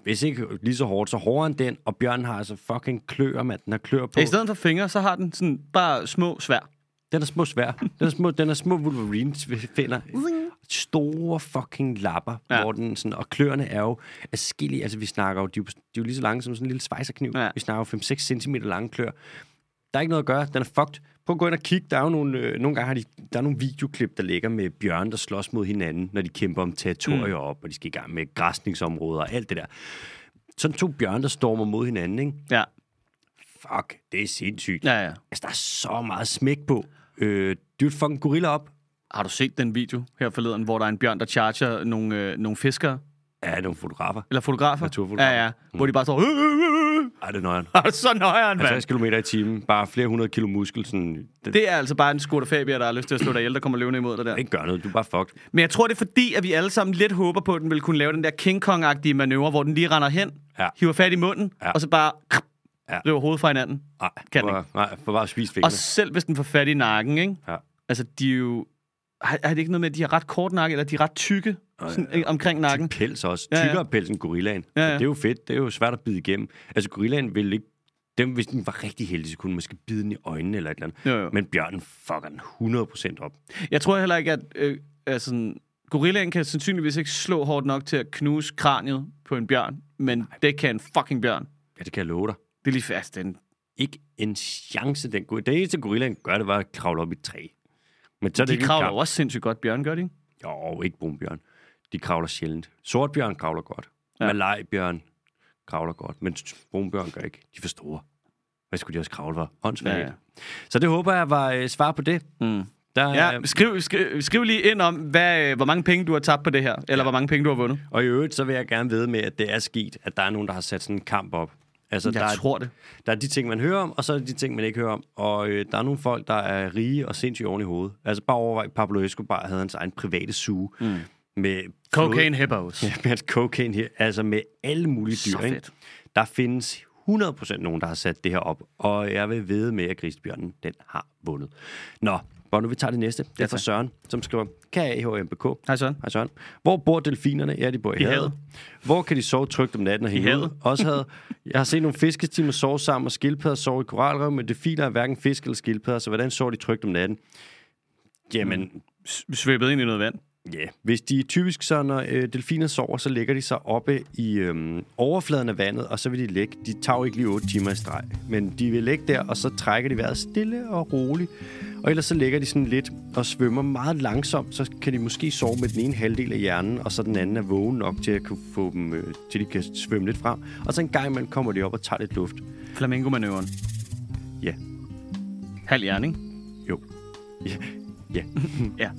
S1: hvis ikke lige så hårdt, så hårdere end den, og bjørnen har altså fucking klør, mand. Den har klør på.
S2: I stedet for fingre, så har den sådan bare små svær.
S1: Den er små svær. Den er små, den er små Wolverines finder. Store fucking lapper, ja.
S2: Ja.
S1: hvor den sådan, og kløerne er jo adskillige. Altså, vi snakker jo, de, er jo- de er jo lige så lange som sådan en lille svejserkniv. Ja.
S2: Ja.
S1: Vi snakker jo 5-6 cm lange klør. Der er ikke noget at gøre. Den er fucked. Prøv at gå ind og kigge. Der er jo nogle, øh, nogle gange har de, der er nogle videoklip, der ligger med bjørne, der slås mod hinanden, når de kæmper om territorier mm. op, og de skal i gang med græsningsområder og alt det der. Sådan to bjørne, der stormer mod hinanden, ikke?
S2: Ja.
S1: Fuck, det er sindssygt.
S2: Ja, ja.
S1: Altså, der er så meget smæk på. Øh, dyrt fucking gorilla op.
S2: Har du set den video her forleden, hvor der er en bjørn, der charger nogle, øh, nogle fiskere?
S1: Ja, nogle fotografer.
S2: Eller fotografer?
S1: Naturfotografer.
S2: Ja, ja. Hvor de bare står... "Øh, øh, øh, øh."
S1: Ej, det er nøjeren.
S2: Er du så nøjeren, mand?
S1: 50 km i timen, bare flere hundrede kilo muskel, sådan, det,
S2: Det er altså bare en skurt Fabia, der har lyst til at slå dig ihjel, der kommer løvende imod dig der.
S1: ikke gør noget, du er bare fucked.
S2: Men jeg tror, det er fordi, at vi alle sammen lidt håber på, at den vil kunne lave den der King Kong-agtige manøvre, hvor den lige render hen,
S1: Ja.
S2: hiver fat i munden,
S1: Ja.
S2: og så bare...
S1: Ja.
S2: river hovedet fra hinanden.
S1: Nej,
S2: Kan
S1: for, nej, for bare at spise
S2: Og
S1: fingrene.
S2: selv hvis den får fat i nakken, ikke?
S1: Ja.
S2: Altså, de er jo... Har, har det ikke noget med, at de har ret kort nakke, eller de er ret tykke sådan, ikke, omkring nakken?
S1: Til pels også.
S2: Ja, ja.
S1: Tykkere pels end gorillaen.
S2: Ja,
S1: Ja,
S2: ja.
S1: ja. Det er jo fedt. Det er jo svært at bide igennem. Altså, gorillaen ville ikke... Dem, hvis den var rigtig heldig, så kunne den måske bide den i øjnene eller et eller andet.
S2: Jo, jo.
S1: Men bjørnen fucker den 100% op.
S2: Jeg tror heller ikke, at øh, altså, gorillaen kan sandsynligvis ikke slå hårdt nok til at knuse kraniet på en bjørn, men det kan en fucking bjørn.
S1: Ja, det kan jeg love dig.
S2: Det er lige fast, den.
S1: Ikke en chance, den går. Det eneste, gorillaen gør, det var at kravle op i et træ. Men så er det
S2: De
S1: ikke en
S2: kravler
S1: kamp.
S2: jo også sindssygt godt, bjørn, gør de? ikke?
S1: Jo, ikke brunbjørn. De kravler sjældent. Sortbjørn kravler godt.
S2: Ja.
S1: Ja. Malajbjørn kravler godt. Men brunbjørn gør ikke. De er for store. Hvad skulle de også kravle for? Åndssvagt.
S2: Ja,
S1: Ja,
S2: ja.
S1: ja. Så det håber jeg var øh, svar på det.
S2: Mm.
S1: Der, øh, ja.
S2: Ja, skriv, skriv, skriv lige ind om, hvad, øh, hvor mange penge du har tabt på det her, eller hvor mange penge du har vundet.
S1: Og i øvrigt, så vil jeg gerne vide med, at det er sket, at der er nogen, der har sat sådan en kamp op. Altså, der,
S2: Jeg tror det.
S1: er, der er de ting, man hører om, og så er der de ting, man ikke hører om. Og øh, der er nogle folk, der er rige og sindssygt oven i hovedet. Altså bare overvej, Pablo Escobar havde hans egen private suge mm. med...
S2: Cocaine hippos.
S1: Ja, med hans cocaine her, altså med alle mulige dyr.
S2: Så fedt.
S1: Ikke? Der findes 100% nogen, der har sat det her op, og jeg vil vide med, at grisbjørnen, den har vundet. Nå, hvor nu vi tager det næste. Det er fra Søren, som skriver, kan AHMBK?
S2: Hej Søren.
S1: Hej Søren. Hvor bor delfinerne? Ja, de bor i,
S2: I
S1: havet.
S2: havet.
S1: Hvor kan de sove trygt om natten og hænge ud?
S2: havet.
S1: Også havde, jeg har set nogle fiskestimer sove sammen, og skildpadder sove i koralrev, men delfiner er hverken fisk eller skildpadder, så hvordan sover de trygt om natten? Jamen,
S2: S- Svøbet ind i noget vand.
S1: Ja, yeah. hvis de typisk så, når øh, delfiner sover, så lægger de sig oppe i øhm, overfladen af vandet, og så vil de lægge, de tager jo ikke lige 8 timer i streg, men de vil lægge der, og så trækker de vejret stille og roligt, og ellers så ligger de sådan lidt og svømmer meget langsomt, så kan de måske sove med den ene halvdel af hjernen, og så den anden er vågen nok til at kunne få dem, øh, til de kan svømme lidt frem, og så en gang imellem kommer de op og tager lidt luft.
S2: Flamingo-manøvren.
S1: Ja,
S2: Halv hjerne, ikke?
S1: jo. Ja. ja.
S2: Mm. Ja.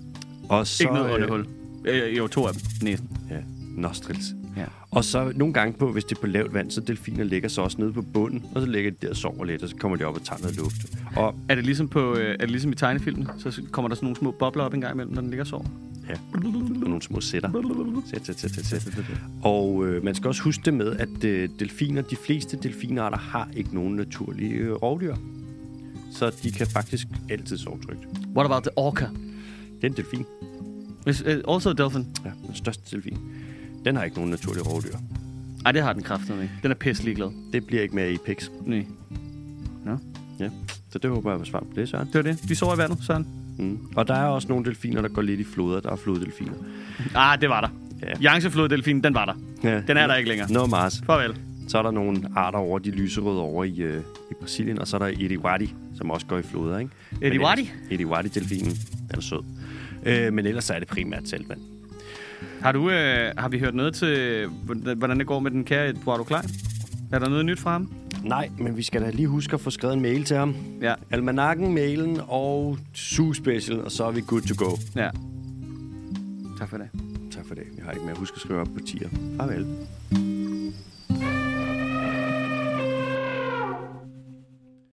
S1: Og så,
S2: ikke noget
S1: øh,
S2: åndehul. Øh, jo, to af dem. Næsten.
S1: Ja, nostrils.
S2: Ja.
S1: Og så nogle gange på, hvis det er på lavt vand, så delfiner ligger så også nede på bunden, og så ligger de der og sover lidt, og så kommer de op og tager noget luft. Og
S2: Er det ligesom, på, øh, er det ligesom i tegnefilmen? Så kommer der sådan nogle små bobler op en gang imellem, når den ligger og sover.
S1: ja, og nogle små sætter. Sæt, sæt, sæt, sæt, sæt. Og øh, man skal også huske det med, at øh, delfiner, de fleste delfinarter har ikke nogen naturlige øh, rovdyr. Så de kan faktisk altid sove trygt.
S2: What about the orca?
S1: Det er en delfin.
S2: Hvis, uh, also a dolphin.
S1: Ja, den største delfin. Den har ikke nogen naturlige rovdyr.
S2: Ej, det har den kraften ikke. Den er pisselig glad.
S1: Det bliver ikke med i Apex.
S2: Nej.
S1: Ja. Så det håber jeg var svar på det, Søren.
S2: Det var det. De sover i vandet, Søren.
S1: Mm. Og der er også nogle delfiner, der går lidt i floder. Der er floddelfiner.
S2: Ah, det var der.
S1: Ja.
S2: Yangtze-floddelfinen, den var der.
S1: Ja.
S2: Den er der ikke længere.
S1: Noget Mars.
S2: Farvel.
S1: Så er der nogle arter over, de lyserøde over i, øh, i Brasilien, og så er der Ediwadi, som også går i floder, ikke? Men
S2: Ediwadi?
S1: ellers- Ediwadi-delfinen. Den er sød. Øh, men ellers så er det primært saltvand.
S2: Har, du, øh, har vi hørt noget til, hvordan hvordan det går med den kære Eduardo Klein? Er der noget nyt fra ham?
S1: Nej, men vi skal da lige huske at få skrevet en mail til ham.
S2: Ja.
S1: Almanakken, mailen og Zoo Special, og så er vi good to go.
S2: Ja. Tak for det.
S1: Tak for det. Jeg har ikke mere at huske at skrive op på tier. Farvel.